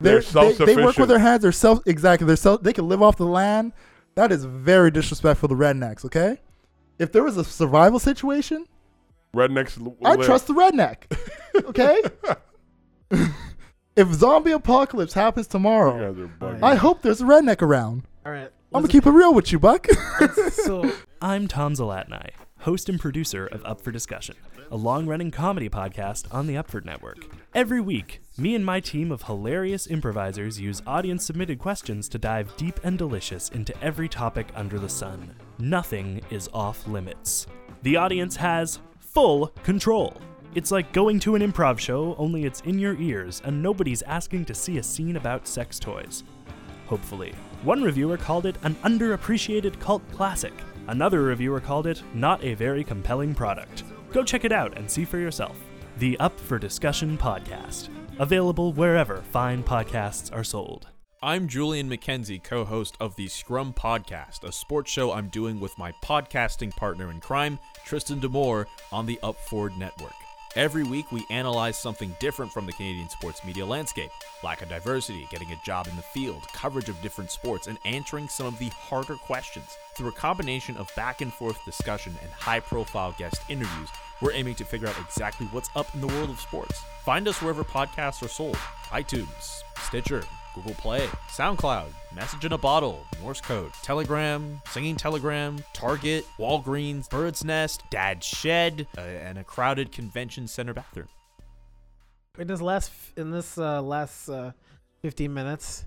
Speaker 1: They're,
Speaker 2: They're
Speaker 1: they, they work with
Speaker 2: self-sufficient.
Speaker 1: their hands. They're self exactly. They're self. They can live off the land. That is very disrespectful to rednecks. Okay, if there was a survival situation,
Speaker 2: Rednecks. l-
Speaker 1: I
Speaker 2: live.
Speaker 1: trust the redneck. Okay. if zombie apocalypse happens
Speaker 2: You
Speaker 1: tomorrow,
Speaker 2: guys
Speaker 3: Oh,
Speaker 2: are bugging.
Speaker 1: I hope there's a redneck around.
Speaker 3: All right.
Speaker 1: I'm gonna keep it real with you, Buck.
Speaker 3: keep. So
Speaker 4: I'm Tom Zalatni, host and producer of Up for Discussion, a long running comedy podcast on the Upford Network. Every week, me and my team of hilarious improvisers use audience submitted questions to dive deep and delicious into every topic under the sun. Nothing is off limits. The audience has full control. It's like going to an improv show, only it's in your ears and nobody's asking to see a scene about sex toys hopefully. One reviewer called it an underappreciated cult classic. Another reviewer called it not a very compelling product. Go check it out and see for yourself. The Up for Discussion podcast. Available wherever fine podcasts are sold.
Speaker 5: I'm Julian McKenzie, co host of the Scrum Podcast, a sports show I'm doing with my podcasting partner in crime, Tristan Damore, on the Upford Network. Every week, we analyze something different from the Canadian sports media landscape lack of diversity, getting a job in the field, coverage of different sports, and answering some of the harder questions. Through a combination of back and forth discussion and high profile guest interviews, we're aiming to figure out exactly what's up in the world of sports. Find us wherever podcasts are sold iTunes, Stitcher, Google Play, SoundCloud, Message in a Bottle, Morse Code, Telegram, Singing Telegram, Target, Walgreens, Bird's Nest, Dad's Shed, uh, and a crowded convention center bathroom.
Speaker 3: in this last in this uh, last uh, 15 minutes,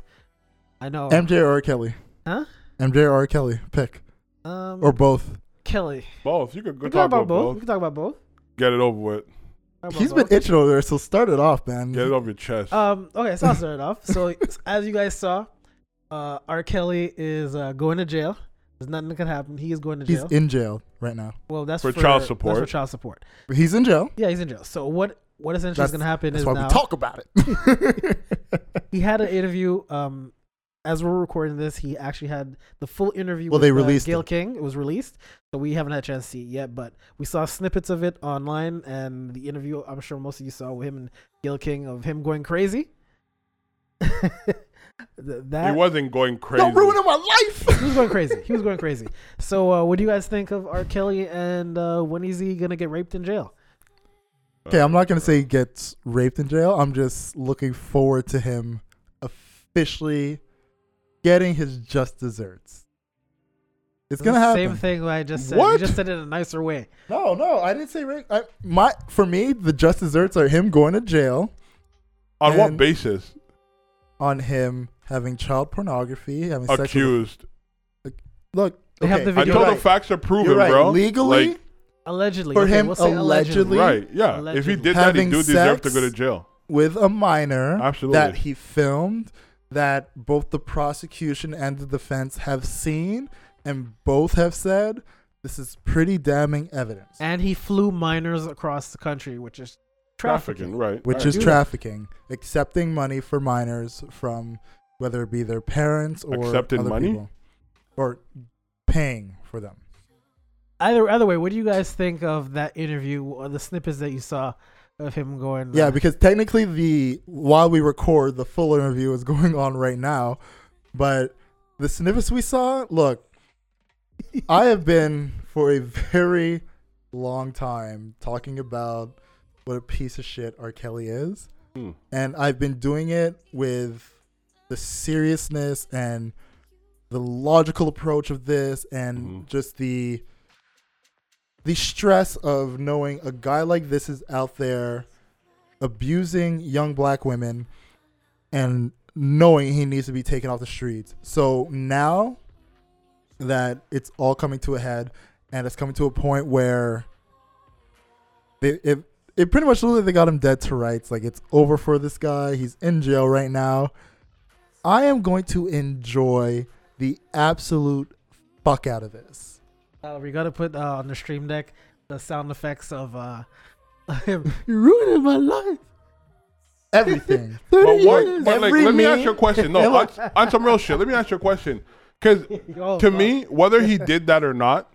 Speaker 3: I know.
Speaker 1: MJ or R. Kelly?
Speaker 3: Oh. huh?
Speaker 1: MJ or R. Kelly? Pick
Speaker 3: Um,
Speaker 1: or both.
Speaker 3: Kelly.
Speaker 2: Both. You could go
Speaker 3: We can
Speaker 2: talk
Speaker 3: talk
Speaker 2: about both.
Speaker 3: We can talk about both.
Speaker 2: Get it over with.
Speaker 3: Talk about
Speaker 1: He's been
Speaker 3: both.
Speaker 1: itching over there, so start it off, man.
Speaker 2: Get it off your chest.
Speaker 3: Um. Okay, so I'll start it off. So as you guys saw, uh, R. Kelly is uh, going to jail. There's nothing that can happen. He is going to
Speaker 1: He's
Speaker 3: jail.
Speaker 1: in jail right now.
Speaker 3: well, that's
Speaker 2: For
Speaker 3: for,
Speaker 2: child
Speaker 3: That's for
Speaker 2: support.
Speaker 3: child support.
Speaker 1: But he's in jail.
Speaker 3: Yeah, he's in jail. So what? What essentially
Speaker 1: That's-
Speaker 3: is going to happen
Speaker 1: That's
Speaker 3: is
Speaker 1: why
Speaker 3: now
Speaker 1: we talk about it.
Speaker 3: he had an interview um as we're recording this, he actually had the full interview.
Speaker 1: Well,
Speaker 3: with,
Speaker 1: they
Speaker 3: uh,
Speaker 1: released
Speaker 3: Gail
Speaker 1: it.
Speaker 3: King. It was released, so we haven't had a chance to see it yet. But we saw snippets of it online, and the interview. I'm sure most of you saw with him and Gail King of him going crazy. Th- that
Speaker 2: he wasn't going crazy.
Speaker 1: Don't ruin my life.
Speaker 3: he was going crazy. He was going crazy. So, uh, what do you guys think of R. Kelly and uh, when is he gonna get raped in jail?
Speaker 1: Okay, I'm not gonna say he gets raped in jail. I'm just looking forward to him officially getting his just desserts. It's gonna
Speaker 3: The
Speaker 1: happen.
Speaker 3: Same thing I just said. You
Speaker 1: What?
Speaker 3: just said it in a nicer way.
Speaker 1: No, no, I didn't say rape. I, my for me, the just desserts are him going to jail
Speaker 2: On what
Speaker 1: And-
Speaker 2: basis?
Speaker 1: on him having child pornography, having sex. with-
Speaker 2: Accused.
Speaker 1: Look,
Speaker 3: They have
Speaker 1: okay,
Speaker 3: the
Speaker 2: I
Speaker 3: video.
Speaker 2: know
Speaker 1: you're
Speaker 2: the
Speaker 1: right.
Speaker 2: facts are proven,
Speaker 1: You're right.
Speaker 2: bro.
Speaker 1: Legally,
Speaker 2: Like,
Speaker 3: Allegedly,
Speaker 1: For
Speaker 3: okay,
Speaker 1: him,
Speaker 3: we'll say
Speaker 1: allegedly-
Speaker 3: allegedly.
Speaker 2: right? Yeah. If he
Speaker 3: Allegedly.
Speaker 2: did that, he
Speaker 1: Having
Speaker 2: do deserve to
Speaker 1: sex?
Speaker 2: go to jail.
Speaker 1: with a minor
Speaker 2: Absolutely.
Speaker 1: that he filmed, that both the prosecution and the defense have seen, and both have said this is pretty damning evidence,
Speaker 3: And he flew minors across the country, which is
Speaker 2: Trafficking,
Speaker 3: trafficking.
Speaker 2: right?
Speaker 1: which
Speaker 2: right.
Speaker 1: is
Speaker 3: do that.
Speaker 1: trafficking, accepting money for minors from whether it be their parents or
Speaker 2: Accepted
Speaker 1: other
Speaker 2: money?
Speaker 1: people, or paying for them.
Speaker 3: Either either way, what do you guys think of that interview or the snippets that you saw of him going?
Speaker 1: Yeah,
Speaker 3: uh,
Speaker 1: because technically the while we record, the full interview is going on right now. But the snippets we saw, look, I have been for a very long time talking about what a piece of shit R. Kelly is.
Speaker 2: Hmm.
Speaker 1: And I've been doing it with the seriousness and the logical approach of this and
Speaker 2: Mhm.
Speaker 1: just the the stress of knowing a guy like this is out there abusing young black women and knowing he needs to be taken off the streets. So now that it's all coming to a head and it's coming to a point where they, it, it pretty much literally they got him dead to rights. Like it's over for this guy. He's in jail right now. I am going to enjoy the absolute fuck out of this.
Speaker 3: uh, we got to put uh, on the stream deck the sound effects of uh, him. You're ruining my life.
Speaker 1: Everything.
Speaker 2: But
Speaker 3: 30
Speaker 2: what?
Speaker 3: years.
Speaker 2: But like,
Speaker 1: Every
Speaker 2: let me
Speaker 1: meme-
Speaker 2: ask you a question. No, on, on some real shit. Let me ask you a question. Because
Speaker 3: Oh,
Speaker 2: to
Speaker 3: fuck.
Speaker 2: me, whether he did that or not,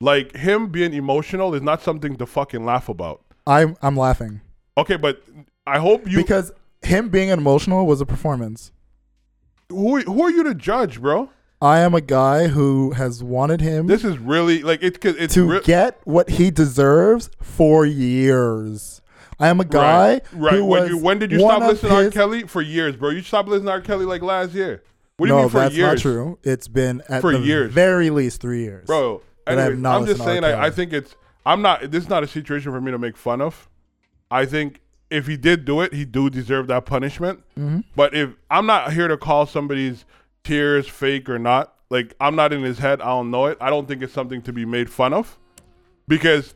Speaker 2: like him being emotional is not something to fucking laugh about.
Speaker 1: I'm I'm laughing
Speaker 2: Okay, but I hope you.
Speaker 1: because him being emotional was a performance.
Speaker 2: who who are you to judge, bro?
Speaker 1: I am a guy who has wanted him
Speaker 2: This is really like it's 'cause it's
Speaker 1: to
Speaker 2: re-
Speaker 1: get what he deserves for years. I am a guy
Speaker 2: Right, right.
Speaker 1: who
Speaker 2: when
Speaker 1: was
Speaker 2: you when did you
Speaker 1: one
Speaker 2: stop
Speaker 1: of
Speaker 2: listening to R.
Speaker 1: his-
Speaker 2: Kelly for years, bro? You stopped listening to R. Kelly like last year. What do you
Speaker 1: no,
Speaker 2: mean for
Speaker 1: that's
Speaker 2: years,
Speaker 1: not true. It's been at
Speaker 2: For
Speaker 1: the
Speaker 2: years.
Speaker 1: very least three years,
Speaker 2: bro?
Speaker 1: That I have
Speaker 2: anyways,
Speaker 1: not
Speaker 2: I'm just
Speaker 1: listened to R.
Speaker 2: saying. I, I
Speaker 1: Kelly.
Speaker 2: think it's. I'm not. This is not a situation for me to make fun of. I think if he did do it, he do deserve that punishment.
Speaker 1: Mhm.
Speaker 2: But if I'm not here to call somebody's tears fake or not, like I'm not in his head, I don't know it. I don't think it's something to be made fun of. Because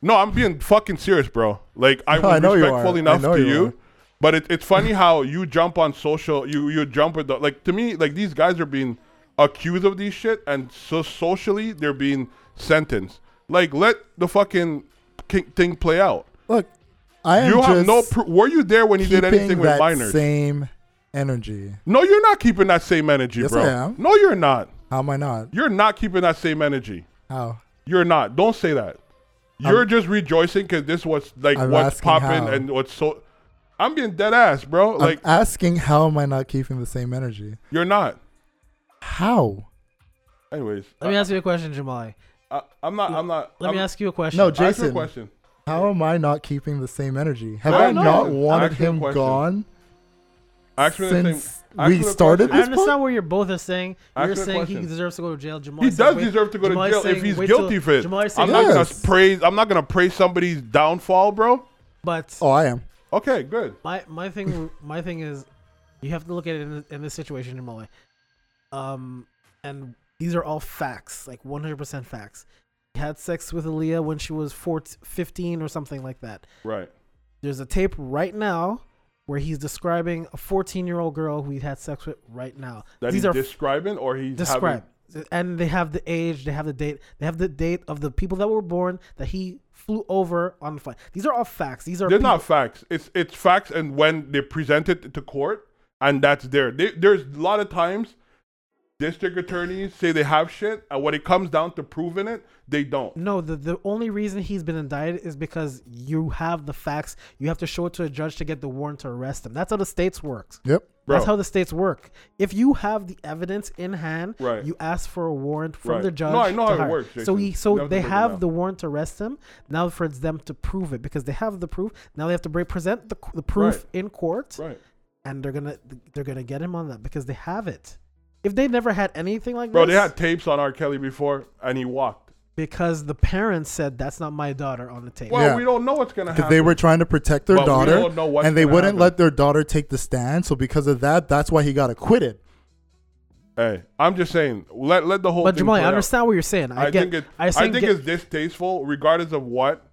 Speaker 2: no, I'm being fucking serious, bro. Like I
Speaker 1: No,
Speaker 2: was
Speaker 1: I know you are.
Speaker 2: respectful
Speaker 1: I
Speaker 2: enough
Speaker 1: know
Speaker 2: to
Speaker 1: you
Speaker 2: you.
Speaker 1: are.
Speaker 2: But it, it's funny how you jump on social, you you jump with the like to me like these guys are being accused of these shit and so socially they're being sentenced. Like let the fucking ki- thing play out.
Speaker 1: Look, I am
Speaker 2: You have
Speaker 1: just
Speaker 2: no. Pr- were you there when he did
Speaker 1: keeping
Speaker 2: anything with
Speaker 1: that
Speaker 2: minors?
Speaker 1: same energy.
Speaker 2: No, you're not keeping that same energy,
Speaker 1: Yes,
Speaker 2: bro.
Speaker 1: I am.
Speaker 2: No, you're not.
Speaker 1: How am I not?
Speaker 2: You're not keeping that same energy.
Speaker 1: How?
Speaker 2: You're not. Don't say that. You're just rejoicing because this was like
Speaker 1: I'm
Speaker 2: what's
Speaker 1: asking
Speaker 2: popping
Speaker 1: how.
Speaker 2: and what's so. I'm being dead ass, bro. Like
Speaker 1: I'm asking how am I not keeping the same energy?
Speaker 2: you're not.
Speaker 1: How?
Speaker 2: Anyways,
Speaker 3: Let me ask you a question, Jamali.
Speaker 2: I, I'm not. I'm not.
Speaker 3: Let
Speaker 2: I'm,
Speaker 3: me ask you a question.
Speaker 1: No,
Speaker 2: ask you a
Speaker 1: Jason.
Speaker 2: question.
Speaker 1: How am I not keeping the same energy? Have
Speaker 2: No,
Speaker 1: I
Speaker 2: no,
Speaker 1: not
Speaker 2: it's an
Speaker 1: wanted
Speaker 2: actual
Speaker 1: him
Speaker 2: question.
Speaker 1: gone?
Speaker 2: Ask me the same-
Speaker 1: Since
Speaker 2: ask
Speaker 1: we
Speaker 2: me the
Speaker 1: started
Speaker 2: question.
Speaker 3: I
Speaker 1: this point?
Speaker 3: understand what you're both are saying.
Speaker 2: Ask
Speaker 3: You're
Speaker 2: me a
Speaker 3: saying he
Speaker 2: question.
Speaker 3: deserves to go to jail. Jamal
Speaker 2: He
Speaker 3: is
Speaker 2: does
Speaker 3: saying,
Speaker 2: deserve to go to
Speaker 3: Jamal is
Speaker 2: jail if
Speaker 3: saying,
Speaker 2: he's
Speaker 3: wait till-
Speaker 2: guilty for it.
Speaker 3: Jamal is
Speaker 2: I'm
Speaker 3: saying,
Speaker 2: not gonna
Speaker 1: Yes.
Speaker 2: praise. I'm not gonna praise somebody's downfall, bro.
Speaker 3: but
Speaker 1: Oh, I am.
Speaker 2: Okay, good.
Speaker 3: my my thing my thing is, you have to look at it in, th- in this situation, Jamal. Um, and these are all facts, like 100% facts. He had sex with Aaliyah when she was 14, 15 or something like that.
Speaker 2: Right.
Speaker 3: There's a tape right now where he's describing a 14 year old girl who he had sex with right now.
Speaker 2: That
Speaker 3: these
Speaker 2: he's
Speaker 3: are
Speaker 2: describing or he's
Speaker 3: describe
Speaker 2: Having,
Speaker 3: and they have the age they have the date they have the date of the people that were born that he flew over on the flight these are all facts these are
Speaker 2: they're
Speaker 3: people-
Speaker 2: not facts. It's it's facts, and when they present it to court, and that's there. They, there's a lot of times district attorneys say they have shit, and when it comes down to proving it, they don't.
Speaker 3: No, the, the only reason he's been indicted is because you have the facts. You have to show it to a judge to get the warrant to arrest him. That's how the states works.
Speaker 1: Yep.
Speaker 2: Bro,
Speaker 3: That's how the states work. If you have the evidence in hand,
Speaker 2: Right.
Speaker 3: you ask for a warrant from
Speaker 2: Right.
Speaker 3: the judge.
Speaker 2: No, I know
Speaker 3: to
Speaker 2: how it
Speaker 3: hire.
Speaker 2: works,
Speaker 3: So
Speaker 2: Jason.
Speaker 3: he,
Speaker 2: You
Speaker 3: so
Speaker 2: have to
Speaker 3: they
Speaker 2: break it down.
Speaker 3: have the warrant to arrest him. Now for it's them to prove it because they have the proof. Now they have to bring, present the, the proof
Speaker 2: Right.
Speaker 3: in court,
Speaker 2: right.
Speaker 3: and they're gonna they're gonna get him on that because they have it. If they never had anything like
Speaker 2: Bro,
Speaker 3: this,
Speaker 2: they had tapes on R. Kelly before, and he walked.
Speaker 3: because the parents said that's not my daughter on the tape.
Speaker 2: Well,
Speaker 1: Yeah.
Speaker 2: we don't know what's gonna
Speaker 1: Because
Speaker 2: happen.
Speaker 1: they were trying to protect their
Speaker 2: But we
Speaker 1: daughter,
Speaker 2: don't know what's
Speaker 1: and they
Speaker 2: gonna
Speaker 1: wouldn't
Speaker 2: happen.
Speaker 1: let their daughter take the stand. So because of that, that's why he got acquitted.
Speaker 2: Hey, I'm just saying. Let let the whole.
Speaker 3: But
Speaker 2: thing
Speaker 3: Jamal, I
Speaker 2: play out.
Speaker 3: understand what you're saying. I,
Speaker 2: uh, I,
Speaker 3: get.
Speaker 2: think it.
Speaker 3: I,
Speaker 2: I
Speaker 3: think
Speaker 2: think
Speaker 3: get-
Speaker 2: it's distasteful, regardless of what,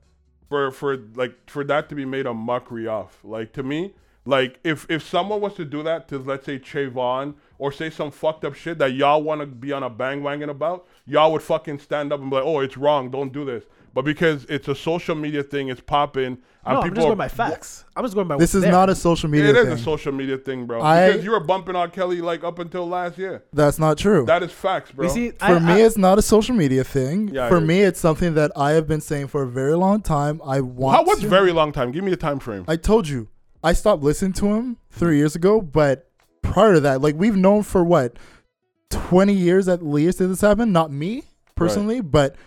Speaker 2: for for like for that to be made a mockery of. Like to me, like if if someone was to do that to let's say Trayvon or say some fucked up shit that y'all want to be on a bang wanging about, y'all would fucking stand up and be like, oh, it's wrong, don't do this. But because it's a social media thing, it's popping, and
Speaker 3: no, I'm
Speaker 2: uh, people
Speaker 3: just
Speaker 2: are-
Speaker 3: going by facts. I'm just going by.
Speaker 1: This
Speaker 3: what's
Speaker 1: is
Speaker 3: there.
Speaker 1: not a social media
Speaker 2: It is
Speaker 1: thing.
Speaker 2: a social media thing, bro.
Speaker 1: I-
Speaker 2: because you were bumping on Kelly like up until last year.
Speaker 1: that's not true.
Speaker 2: That is facts, bro.
Speaker 3: You see,
Speaker 1: For
Speaker 3: I-
Speaker 1: me,
Speaker 3: I-
Speaker 1: it's not a social media thing.
Speaker 2: Yeah, it
Speaker 1: for
Speaker 2: is.
Speaker 1: me, it's something that I have been saying for a very long time. I want.
Speaker 2: How? What's
Speaker 1: to-
Speaker 2: very long time? Give me a time frame.
Speaker 1: I told you, I stopped listening to him three years ago. But prior to that, like we've known for what twenty years at least that this happened. Not me personally, but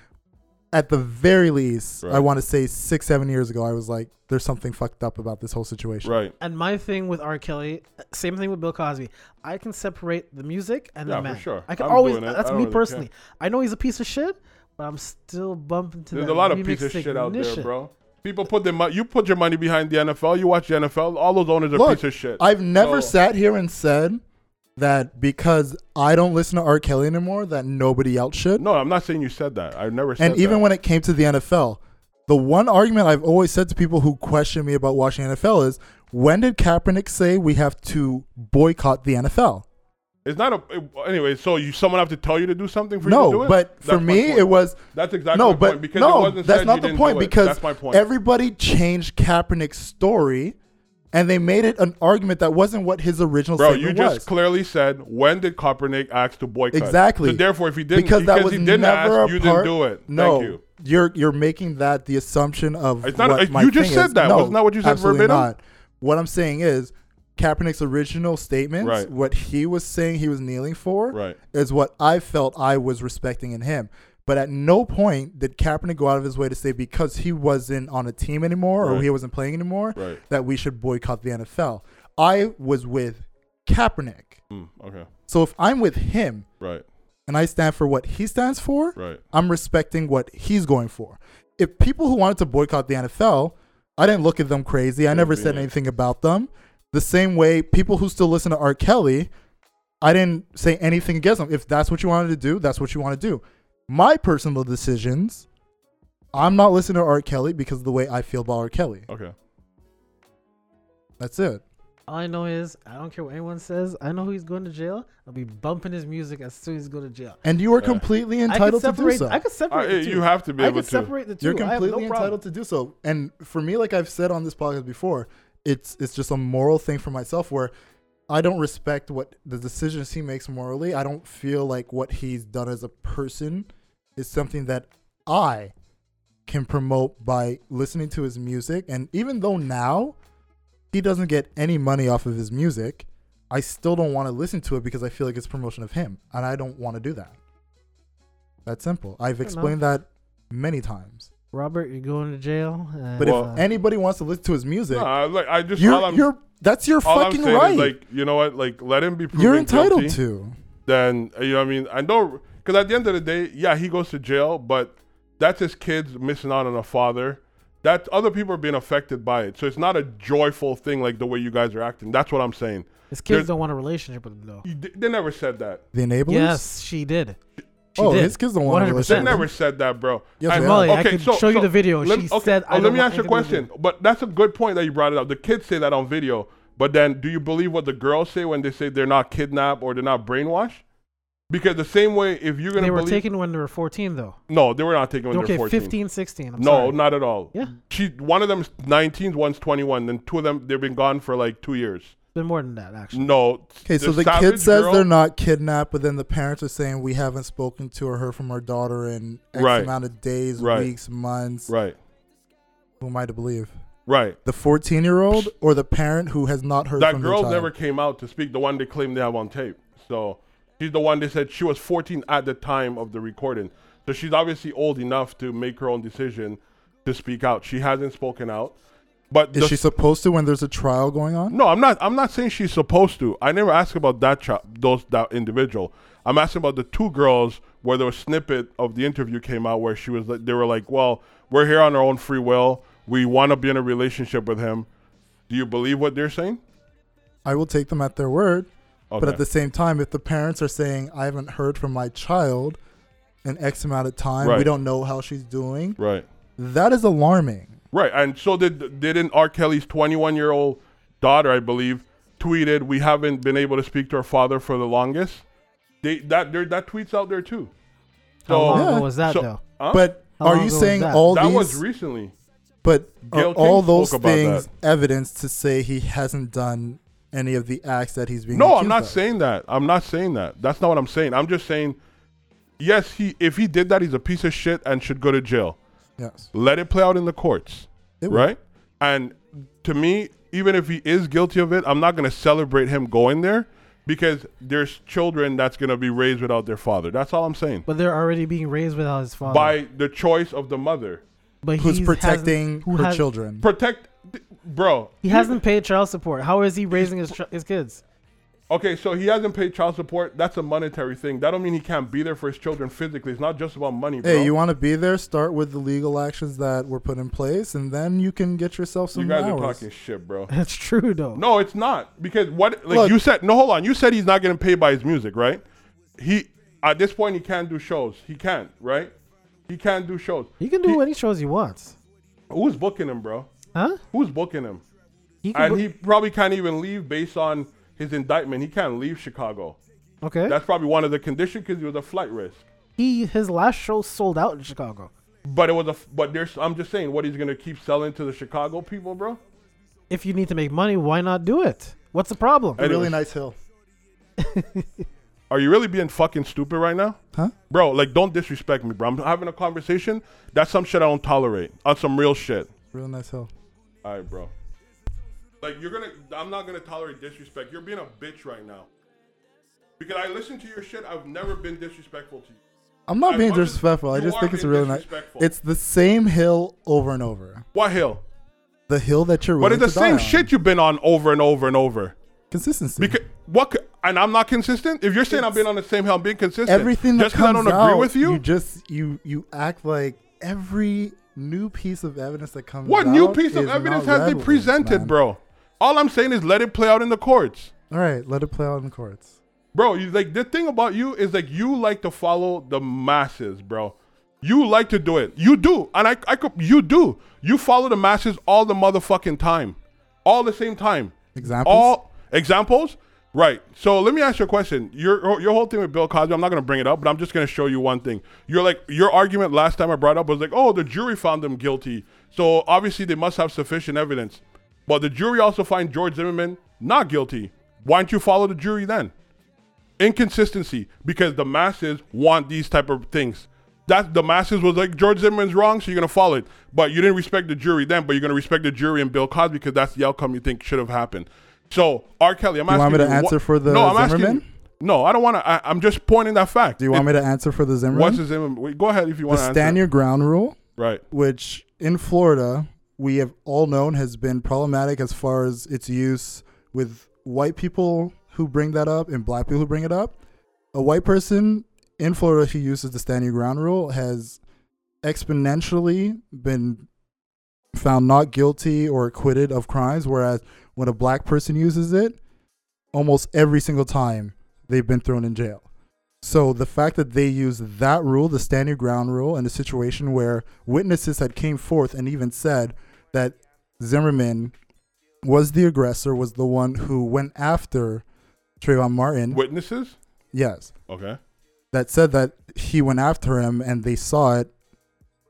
Speaker 1: at the very least, I
Speaker 2: Right.
Speaker 1: want to say six, seven years ago, I was like, "There's something fucked up about this whole situation."
Speaker 2: right.
Speaker 3: And my thing with R. Kelly, same thing with Bill Cosby. I can separate the music and
Speaker 2: Yeah,
Speaker 3: the
Speaker 2: for
Speaker 3: man.
Speaker 2: sure.
Speaker 3: I can
Speaker 2: I'm
Speaker 3: always.
Speaker 2: doing it. I
Speaker 3: That's
Speaker 2: don't
Speaker 3: me
Speaker 2: really
Speaker 3: personally. I know he's a piece of shit, but I'm still bumping to
Speaker 2: There's
Speaker 3: that
Speaker 2: a lot of
Speaker 3: remix
Speaker 2: piece of shit out there,
Speaker 3: ignition.
Speaker 2: bro. People put their mo- you put your money behind the NFL. You watch the NFL. All those owners are
Speaker 1: Look,
Speaker 2: piece of shit. Oh.
Speaker 1: I've never
Speaker 2: So-
Speaker 1: sat here and said that because I don't listen to R. Kelly anymore, that nobody else should.
Speaker 2: No, I'm not saying you said that. I've never said.
Speaker 1: and even
Speaker 2: that.
Speaker 1: when it came to the NFL, the one argument I've always said to people who question me about watching NFL is, when did Kaepernick say we have to boycott the NFL?
Speaker 2: it's not a it- anyway. So you someone have to tell you to do something for you to do
Speaker 1: No,
Speaker 2: it.
Speaker 1: but for
Speaker 2: That's my
Speaker 1: me,
Speaker 2: point.
Speaker 1: it was
Speaker 2: that's exactly
Speaker 1: no,
Speaker 2: my
Speaker 1: but
Speaker 2: point, because it
Speaker 1: no,
Speaker 2: wasn't
Speaker 1: that's
Speaker 2: said
Speaker 1: not
Speaker 2: you
Speaker 1: the
Speaker 2: didn't
Speaker 1: point
Speaker 2: do it.
Speaker 1: because
Speaker 2: that's my point.
Speaker 1: everybody changed Kaepernick's story, and they made it an argument that wasn't what his original
Speaker 2: Bro,
Speaker 1: statement
Speaker 2: you just
Speaker 1: was.
Speaker 2: clearly said when did Kaepernick ask to boycott?
Speaker 1: Exactly.
Speaker 2: So therefore, if he didn't,
Speaker 1: because,
Speaker 2: because,
Speaker 1: that was
Speaker 2: he didn't
Speaker 1: never
Speaker 2: ask,
Speaker 1: a
Speaker 2: you
Speaker 1: part-
Speaker 2: didn't do it.
Speaker 1: No,
Speaker 2: Thank you.
Speaker 1: you're you're making that the assumption of
Speaker 2: It's not-
Speaker 1: what
Speaker 2: it-
Speaker 1: my
Speaker 2: you just
Speaker 1: thing is.
Speaker 2: said that.
Speaker 1: No,
Speaker 2: Wasn't that what you said
Speaker 1: absolutely
Speaker 2: verbatim?
Speaker 1: Not. What I'm saying is Kaepernick's original statements,
Speaker 2: Right.
Speaker 1: what he was saying he was kneeling for,
Speaker 2: Right.
Speaker 1: is what I felt I was respecting in him. But at no point did Kaepernick go out of his way to say because he wasn't on a team anymore or
Speaker 2: Right.
Speaker 1: he wasn't playing anymore
Speaker 2: Right.
Speaker 1: that we should boycott the NFL. I was with Kaepernick.
Speaker 2: Mm, okay.
Speaker 1: So if I'm with him,
Speaker 2: Right.
Speaker 1: and I stand for what he stands for,
Speaker 2: Right.
Speaker 1: I'm respecting what he's going for. If people who wanted to boycott the NFL, I didn't look at them crazy. I never said
Speaker 2: Convenient.
Speaker 1: anything about them. The same way people who still listen to R. Kelly, I didn't say anything against them. If that's what you wanted to do, that's what you want to do. My personal decisions, I'm not listening to R. Kelly because of the way I feel about R. Kelly.
Speaker 2: Okay.
Speaker 1: That's it.
Speaker 3: All I know is I don't care what anyone says. I know he's going to jail. I'll be bumping his music as soon as he's going to jail.
Speaker 1: And you are
Speaker 2: Yeah.
Speaker 1: completely
Speaker 3: I could
Speaker 1: entitled to do
Speaker 3: separate.
Speaker 1: so.
Speaker 3: I could separate.
Speaker 2: Uh,
Speaker 3: the two.
Speaker 2: you have to be
Speaker 3: I
Speaker 2: able
Speaker 3: could
Speaker 2: to.
Speaker 3: separate the 2
Speaker 1: You're
Speaker 3: I have no
Speaker 1: completely
Speaker 3: problem.
Speaker 1: entitled to do so. And for me, like I've said on this podcast before, it's it's just a moral thing for myself where I don't respect what the decisions he makes morally. I don't feel like what he's done as a person is something that I can promote by listening to his music. And even though now he doesn't get any money off of his music, I still don't want to listen to it because I feel like it's promotion of him. And I don't want to do that. That's simple. I've
Speaker 3: Fair
Speaker 1: explained that many times.
Speaker 3: Robert, you're going to jail. and,
Speaker 1: But
Speaker 2: Well-
Speaker 1: if anybody wants to listen to his music,
Speaker 2: No, I, like I just all
Speaker 1: you're,
Speaker 2: I'm,
Speaker 1: you're that's your
Speaker 2: all I'm
Speaker 1: fucking
Speaker 2: saying is,
Speaker 1: right.
Speaker 2: like you know what? Like let him be. Proven
Speaker 1: you're entitled
Speaker 2: guilty.
Speaker 1: to.
Speaker 2: then uh, you know what I mean. I don't because at the end of the day, yeah, he goes to jail, but that's his kids missing out on a father. That other people are being affected by it, so it's not a joyful thing like the way you guys are acting. That's what I'm saying.
Speaker 3: his
Speaker 2: there's-
Speaker 3: kids don't want a relationship with him though.
Speaker 2: You d- They never said that.
Speaker 1: The enablers.
Speaker 3: Yes, she did. She
Speaker 1: oh,
Speaker 3: did.
Speaker 1: his kids don't want to
Speaker 3: 100%.
Speaker 2: They
Speaker 1: listen.
Speaker 2: never said that, bro.
Speaker 1: Yes,
Speaker 2: And-
Speaker 1: they Molly,
Speaker 3: I can show you the video.
Speaker 2: Let,
Speaker 3: She
Speaker 2: okay,
Speaker 3: said,
Speaker 2: oh,
Speaker 3: "I
Speaker 2: let
Speaker 3: don't
Speaker 2: me
Speaker 3: want
Speaker 2: ask you a
Speaker 3: anything to do
Speaker 2: question. But that's a good point that you brought it up. The kids say that on video, but then do you believe what the girls say when they say they're not kidnapped or they're not brainwashed? Because the same way, if you're gonna
Speaker 3: They were
Speaker 2: believe,
Speaker 3: taken when they were 14 though.
Speaker 2: no, they were not taken when
Speaker 3: okay,
Speaker 2: they're 14.
Speaker 3: 15, 16. I'm
Speaker 2: no,
Speaker 3: sorry.
Speaker 2: not at all.
Speaker 3: Yeah.
Speaker 2: She one of them's 19, one's 21, then two of them they've been gone for like 2 years.
Speaker 3: been more than that actually.
Speaker 2: No.
Speaker 1: Okay, so the
Speaker 2: Savage
Speaker 1: kid says
Speaker 2: Girl-
Speaker 1: they're not kidnapped, but then the parents are saying we haven't spoken to or heard from our daughter in X
Speaker 2: Right.
Speaker 1: amount of days,
Speaker 2: Right.
Speaker 1: weeks, months.
Speaker 2: Right.
Speaker 1: Who am I to believe?
Speaker 2: Right.
Speaker 1: The 14 year old or the parent who has not heard
Speaker 2: That
Speaker 1: from
Speaker 2: girl
Speaker 1: the child?
Speaker 2: never came out to speak. The one they claimed they have on tape. So she's the one they said she was 14 at the time of the recording. So she's obviously old enough to make her own decision to speak out. She hasn't spoken out. But
Speaker 1: Is
Speaker 2: the-
Speaker 1: she supposed to when there's a trial going on?
Speaker 2: No, I'm not. I'm not saying she's supposed to. I never asked about that child, those that individual. I'm asking about the two girls where there was snippet of the interview came out where she was. like- They were like, "Well, we're here on our own free will. We want to be in a relationship with him. Do you believe what they're saying?"
Speaker 1: I will take them at their word. But
Speaker 2: Okay.
Speaker 1: at the same time, if the parents are saying, I haven't heard from my child in X amount of time, we
Speaker 2: Right.
Speaker 1: don't know how she's doing,
Speaker 2: right,
Speaker 1: that is alarming.
Speaker 2: right, and so did didn't R. Kelly's 21 year old daughter, I believe, tweeted, "We haven't been able to speak to our father for the longest." They that there that tweets out there too.
Speaker 3: How long
Speaker 1: Yeah.
Speaker 3: ago was that
Speaker 2: so-
Speaker 3: though?
Speaker 2: Huh?
Speaker 1: But
Speaker 3: How
Speaker 1: are
Speaker 3: long
Speaker 1: you
Speaker 3: ago was
Speaker 1: saying
Speaker 3: that?
Speaker 1: all
Speaker 2: that
Speaker 1: these
Speaker 2: was recently.
Speaker 1: But are
Speaker 2: Gayle King
Speaker 1: all those
Speaker 2: spoke about
Speaker 1: things
Speaker 2: that.
Speaker 1: evidence to say he hasn't done any of the acts that he's being?
Speaker 2: No, I'm
Speaker 1: accused
Speaker 2: not
Speaker 1: of?
Speaker 2: saying that. I'm not saying that. That's not what I'm saying. I'm just saying, yes, he if he did that, he's a piece of shit and should go to jail.
Speaker 1: Yes,
Speaker 2: Let it play out in the courts,
Speaker 1: It will.
Speaker 2: right? And to me, even if he is guilty of it, I'm not gonna celebrate him going there because there's children that's gonna be raised without their father. That's all I'm saying.
Speaker 3: But they're already being raised without his father.
Speaker 2: By the choice of the mother,
Speaker 3: but
Speaker 1: Who's
Speaker 3: he's- hasn't-
Speaker 1: protecting
Speaker 3: who
Speaker 1: her
Speaker 3: has-
Speaker 1: children?
Speaker 2: protect, bro.
Speaker 3: He hasn't paid child support. How is he raising his chi- his kids?
Speaker 2: Okay, so he hasn't paid child support. That's a monetary thing. That don't mean he can't be there for his children physically. It's not just about money, bro.
Speaker 1: Hey, you want to be there? Start with the legal actions that were put in place, and then you can get yourself some
Speaker 2: you guys
Speaker 1: hours.
Speaker 2: are talking shit, bro.
Speaker 3: That's true though.
Speaker 2: No, it's not because what like
Speaker 1: Look.
Speaker 2: you said. No, hold on. You said he's not getting paid by his music, right? He at this point he can't do shows. He can't, right? He can't do shows.
Speaker 3: He can do any shows he wants,
Speaker 2: Who's booking him, bro?
Speaker 3: huh?
Speaker 2: Who's booking him?
Speaker 3: He can.
Speaker 2: And
Speaker 3: bu-
Speaker 2: he probably can't even leave based on his indictment. He can't leave Chicago.
Speaker 3: okay.
Speaker 2: That's probably one of the conditions because he was a flight risk.
Speaker 3: he his last show sold out in Chicago.
Speaker 2: But it was a. But there's. I'm just saying, what he's gonna keep selling to the Chicago people, bro?
Speaker 3: If you need to make money, why not do it? What's the problem?
Speaker 1: A really
Speaker 2: Anyways.
Speaker 1: nice hill,
Speaker 2: Are you really being fucking stupid right now?
Speaker 1: huh?
Speaker 2: Bro, like, don't disrespect me, bro. I'm having a conversation. That's some shit I don't tolerate. On some real shit.
Speaker 1: Really nice hill.
Speaker 2: All right, bro. Like, you're gonna. I'm not gonna tolerate disrespect. You're being a bitch right now. Because I listen to your shit. I've never been disrespectful to you.
Speaker 1: I'm not
Speaker 2: I
Speaker 1: being
Speaker 2: want to-
Speaker 1: disrespectful. I
Speaker 2: you
Speaker 1: just
Speaker 2: are
Speaker 1: think it's a
Speaker 2: being
Speaker 1: really nice.
Speaker 2: disrespectful.
Speaker 1: It's the same hill over and over.
Speaker 2: What hill?
Speaker 1: The hill that you're.
Speaker 2: But it's
Speaker 1: willing
Speaker 2: the
Speaker 1: to die
Speaker 2: same
Speaker 1: on.
Speaker 2: shit you've been on over and over and over.
Speaker 1: Consistency.
Speaker 2: Because what? c- And I'm not consistent. If you're saying I've been on the same hill, I'm being consistent.
Speaker 1: everything that
Speaker 2: just 'cause
Speaker 1: comes
Speaker 2: I don't
Speaker 1: out,
Speaker 2: agree with you.
Speaker 1: just you you act like every new piece of evidence that comes.
Speaker 2: What
Speaker 1: out
Speaker 2: new piece of
Speaker 1: is
Speaker 2: evidence
Speaker 1: not
Speaker 2: has they
Speaker 1: relevant,
Speaker 2: presented,
Speaker 1: man.
Speaker 2: bro? All I'm saying is let it play out in the courts.
Speaker 1: All right, let it play out in courts.
Speaker 2: Bro, you, like the thing about you is like you like to follow the masses, bro. You like to do it. You do. And I, I could you do. You follow the masses all the motherfucking time. All the same time.
Speaker 1: Examples?
Speaker 2: All examples? Right. So let me ask you a question. Your your whole thing with Bill Cosby, I'm not gonna bring it up, but I'm just gonna show you one thing. You're like your argument last time I brought up was like, oh, the jury found them guilty. So obviously they must have sufficient evidence. But the jury also find George Zimmerman not guilty. Why don't you follow the jury then? inconsistency because the masses want these type of things. That the masses was like George Zimmerman's wrong, so you're gonna follow it. But you didn't respect the jury then, but you're gonna respect the jury and Bill Cosby because that's the outcome you think should have happened. So R. Kelly, I'm
Speaker 1: Do you
Speaker 2: asking
Speaker 1: want me to
Speaker 2: wha-
Speaker 1: answer for the
Speaker 2: no, I'm
Speaker 1: Zimmerman?
Speaker 2: Asking, no, I don't want to. I'm just pointing that fact.
Speaker 1: Do you want me to answer for the Zimmerman?
Speaker 2: What's his name? Wait, Go ahead if you
Speaker 1: the
Speaker 2: want to answer.
Speaker 1: stand your ground rule,
Speaker 2: right,
Speaker 1: which in Florida we have all known has been problematic as far as its use with white people who bring that up and black people who bring it up. A white person in Florida who uses the stand your ground rule has exponentially been found not guilty or acquitted of crimes, whereas when a black person uses it, almost every single time they've been thrown in jail. So the fact that they used that rule, the stand your ground rule, in a situation where witnesses had came forth and even said that Zimmerman was the aggressor, was the one who went after Trayvon Martin.
Speaker 2: witnesses.
Speaker 1: Yes
Speaker 2: Okay,
Speaker 1: that said that he went after him and they saw it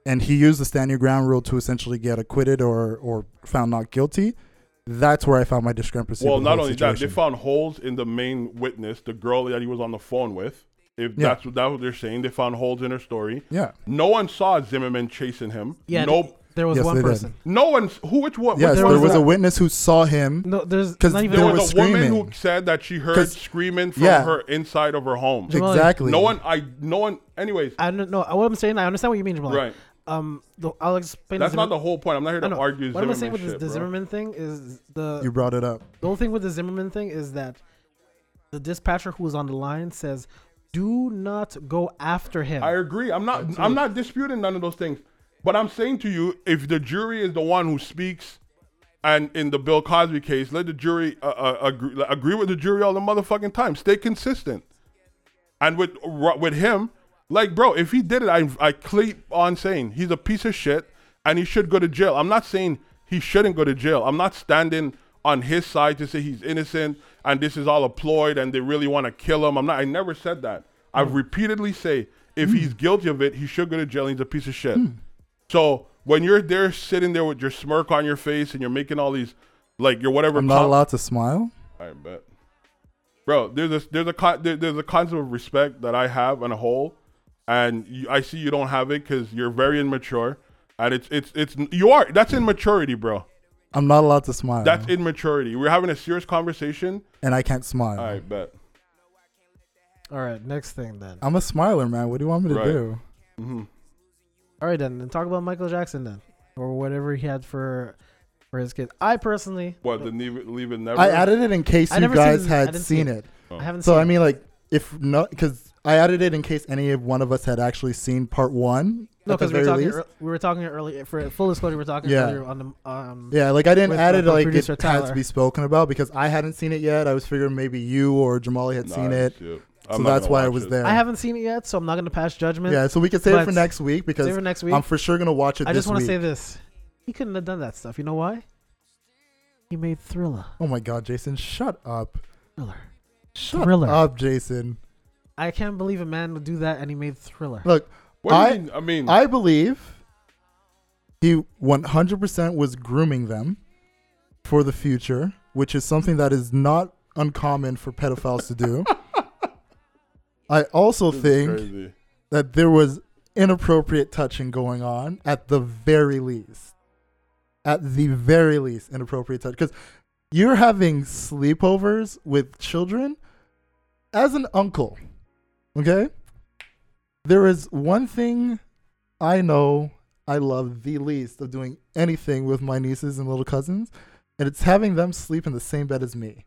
Speaker 1: and he used the stand your ground rule to essentially get acquitted or or found not guilty That's where I found my discrepancy.
Speaker 2: Well,
Speaker 1: with the whole
Speaker 2: not only that, they
Speaker 1: situation.
Speaker 2: found holes in the main witness, the girl that he was on the phone with. If
Speaker 1: Yeah.
Speaker 2: that's what, that's what they're saying, they found holes in her story.
Speaker 1: Yeah.
Speaker 2: No one saw Zimmerman chasing him.
Speaker 3: Yeah,
Speaker 2: No.
Speaker 3: th- there was
Speaker 1: Yes,
Speaker 3: one
Speaker 1: they did.
Speaker 3: person.
Speaker 2: no one. Who? Which one?
Speaker 1: Yes,
Speaker 2: which
Speaker 1: there
Speaker 2: one
Speaker 1: was,
Speaker 3: was
Speaker 1: a
Speaker 3: that?
Speaker 1: witness who saw him.
Speaker 3: No, there's
Speaker 1: 'Cause
Speaker 3: not even
Speaker 2: There
Speaker 1: They
Speaker 3: one.
Speaker 1: were
Speaker 2: was a woman who
Speaker 1: screaming.
Speaker 2: said that she heard
Speaker 1: 'Cause-
Speaker 2: screaming from
Speaker 1: yeah.
Speaker 2: her inside of her home.
Speaker 3: Jamal,
Speaker 1: Exactly.
Speaker 2: No one. I. No one. Anyways,
Speaker 3: I don't know what I'm saying. I understand what you mean, Jamal.
Speaker 2: Right.
Speaker 3: Um, the, I'll explain.
Speaker 2: that's not the
Speaker 3: Zimmer-
Speaker 2: whole point. I'm not here
Speaker 3: I
Speaker 2: to
Speaker 3: know.
Speaker 2: argue
Speaker 3: What am I
Speaker 2: Zimmerman
Speaker 3: saying with
Speaker 2: shit,
Speaker 3: the
Speaker 2: bro.
Speaker 3: Zimmerman thing is the
Speaker 1: You brought it up.
Speaker 3: The whole thing with the Zimmerman thing is that the dispatcher who was on the line says, "Do not go after him."
Speaker 2: I agree. I'm not. I'm not disputing none of those things. But I'm saying to you, if the jury is the one who speaks, and in the Bill Cosby case, let the jury uh, uh, agree, agree with the jury all the motherfucking time. Stay consistent. And with Ro- with him, like bro, if he did it, I I keep on saying he's a piece of shit and he should go to jail. I'm not saying he shouldn't go to jail. I'm not standing on his side to say he's innocent and this is all a ploy and they really want to kill him. I'm not. I never said that.
Speaker 1: Mm.
Speaker 2: I've repeatedly say if he's guilty of it, he should go to jail. He's a piece of shit.
Speaker 1: Mm.
Speaker 2: So when you're there sitting there with your smirk on your face and you're making all these like your whatever
Speaker 1: I'm not
Speaker 2: com-
Speaker 1: allowed to smile.
Speaker 2: I bet. Bro, there's a there's a con- there, there's a concept of respect that I have on a whole, and you, I see you don't have it because you're very immature, and it's it's it's you are that's immaturity, bro.
Speaker 1: I'm not allowed to smile.
Speaker 2: That's immaturity. We're having a serious conversation.
Speaker 1: and I can't smile.
Speaker 2: I bet.
Speaker 3: All right, next thing then.
Speaker 1: I'm a smiler, man. What do you want me to
Speaker 2: Right.
Speaker 1: do?
Speaker 2: hmm
Speaker 3: All right, then, then talk about Michael Jackson then, or whatever he had for for his kid. I personally,
Speaker 2: What the leave, leave it never?
Speaker 1: I added it in case
Speaker 3: I
Speaker 1: you
Speaker 3: never
Speaker 1: guys
Speaker 3: seen- I
Speaker 1: had
Speaker 3: didn't see
Speaker 1: seen
Speaker 3: it.
Speaker 1: it.
Speaker 2: Oh.
Speaker 3: I haven't.
Speaker 1: So
Speaker 3: seen
Speaker 1: I
Speaker 3: it.
Speaker 1: mean, like, if not, because I added it in case any of one of us had actually seen part one.
Speaker 3: no,
Speaker 1: at the
Speaker 3: because we were
Speaker 1: very
Speaker 3: talking
Speaker 1: least.
Speaker 3: ear- we were talking earlier for full disclosure, we were talking
Speaker 1: Yeah.
Speaker 3: earlier on the um.
Speaker 1: Yeah, like I didn't
Speaker 3: with
Speaker 1: add it
Speaker 3: the
Speaker 1: like it
Speaker 3: producer
Speaker 1: had
Speaker 3: Tyler.
Speaker 1: to be spoken about because I hadn't seen it yet. I was figuring maybe you or Jamali had seen it, so that's why I was there.
Speaker 3: I haven't seen it yet, so I'm not gonna pass judgment.
Speaker 1: Yeah, so we can save it for
Speaker 3: But-
Speaker 1: next week
Speaker 3: Save it
Speaker 1: because
Speaker 3: for next week.
Speaker 1: I'm for sure gonna watch it.
Speaker 3: I just
Speaker 1: want to
Speaker 3: say this: he couldn't have done that stuff. You know why? He made Thriller.
Speaker 1: Oh my God, Jason, shut up!
Speaker 3: Thriller.
Speaker 1: Shut
Speaker 3: Thriller.
Speaker 1: up, Jason.
Speaker 3: I can't believe a man would do that, and he made Thriller.
Speaker 1: Look,
Speaker 2: What do
Speaker 1: I-
Speaker 2: you mean? I mean,
Speaker 1: I believe he 100% was grooming them for the future, which is something that is not uncommon for pedophiles to do. I also
Speaker 2: this is
Speaker 1: think
Speaker 2: crazy.
Speaker 1: that there was inappropriate touching going on at the very least. At the very least, inappropriate touch. Because you're having sleepovers with children as an uncle, okay? There is one thing I know I love the least of doing anything with my nieces and little cousins, and it's having them sleep in the same bed as me.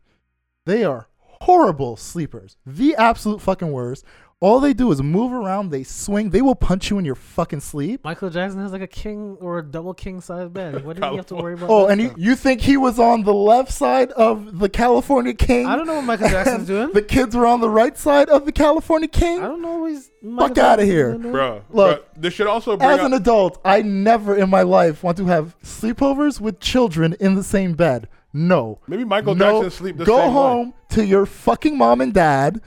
Speaker 1: They are horrible sleepers, the absolute fucking worst. All they do is move around, they swing, they will punch you in your fucking sleep.
Speaker 3: Michael Jackson has like a king or a double king size bed. What do you have to worry about?
Speaker 1: Oh,
Speaker 3: that
Speaker 1: and you,
Speaker 3: stuff?
Speaker 1: you think he was on the left side of the California King?
Speaker 3: I don't know what Michael Jackson's doing.
Speaker 1: The kids were on the right side of the California
Speaker 3: I
Speaker 1: King.
Speaker 3: don't know. what He's Michael
Speaker 1: Fuck outta
Speaker 3: Jackson's
Speaker 1: here.
Speaker 3: doing.
Speaker 2: bro.
Speaker 1: Mm-hmm. Look,
Speaker 2: bro, this should also bring
Speaker 1: As
Speaker 2: up,
Speaker 1: an adult, I never in my life want to have sleepovers with children in the same bed. No.
Speaker 2: maybe Michael
Speaker 1: no,
Speaker 2: Jackson sleep the
Speaker 1: go
Speaker 2: same way.
Speaker 1: home to your fucking mom and dad.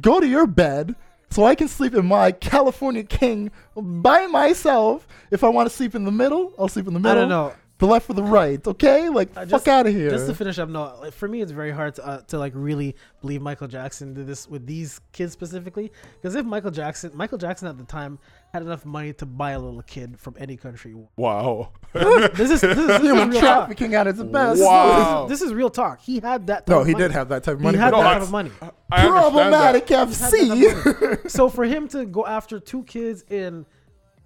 Speaker 1: Go to your bed so I can sleep in my California King by myself. If I want to sleep in the middle, I'll sleep in the
Speaker 3: I
Speaker 1: middle.
Speaker 3: don't know.
Speaker 1: The left or the right, okay? Like,
Speaker 3: I
Speaker 1: fuck out of here.
Speaker 3: Just to finish up, no, like, for me it's very hard to, uh, to like really believe Michael Jackson did this with these kids specifically. Because if Michael Jackson, Michael Jackson at the time had enough money to buy a little kid from any country.
Speaker 2: Wow.
Speaker 3: This is this is, this is
Speaker 1: Human
Speaker 3: real talk.
Speaker 1: trafficking at its best.
Speaker 2: Wow.
Speaker 3: This is real talk. He had that. Type
Speaker 1: No,
Speaker 3: of
Speaker 1: he
Speaker 3: money.
Speaker 1: did have that type of
Speaker 3: He
Speaker 1: money.
Speaker 3: had
Speaker 1: but
Speaker 2: No,
Speaker 3: that
Speaker 2: I-
Speaker 3: type of money.
Speaker 2: I understand that.
Speaker 1: problematic FC.
Speaker 3: so for him to go after two kids in,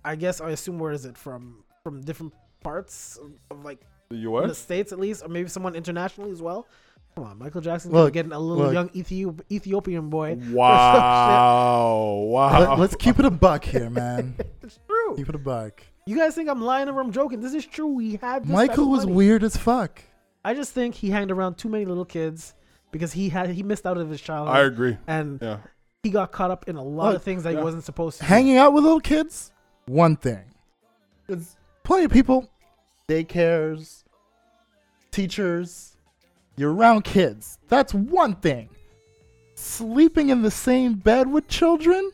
Speaker 3: I guess I assume where is it from? From different parts of like
Speaker 2: The
Speaker 3: the
Speaker 2: U.S.
Speaker 3: states at least, or maybe someone internationally as well. Come on, Michael Jackson
Speaker 1: Look,
Speaker 3: getting a little
Speaker 1: look.
Speaker 3: young Ethiop- Ethiopian boy. for some shit.
Speaker 2: Wow. Wow.
Speaker 1: Let, let's keep it a buck here, man.
Speaker 3: It's true.
Speaker 1: keep it a buck.
Speaker 3: You guys think I'm lying or I'm joking? This is true. He had this type
Speaker 1: Michael
Speaker 3: of
Speaker 1: was
Speaker 3: money.
Speaker 1: weird as fuck.
Speaker 3: I just think he hanged around too many little kids because he had he missed out of his childhood.
Speaker 2: I agree.
Speaker 3: and
Speaker 2: Yeah.
Speaker 3: he got caught up in a lot of
Speaker 1: Look,
Speaker 3: things that
Speaker 2: yeah.
Speaker 3: he wasn't supposed to. do.
Speaker 1: Hanging out with little kids, one thing. There's plenty of people, daycares, teachers, you're around kids. That's one thing. Sleeping in the same bed with children?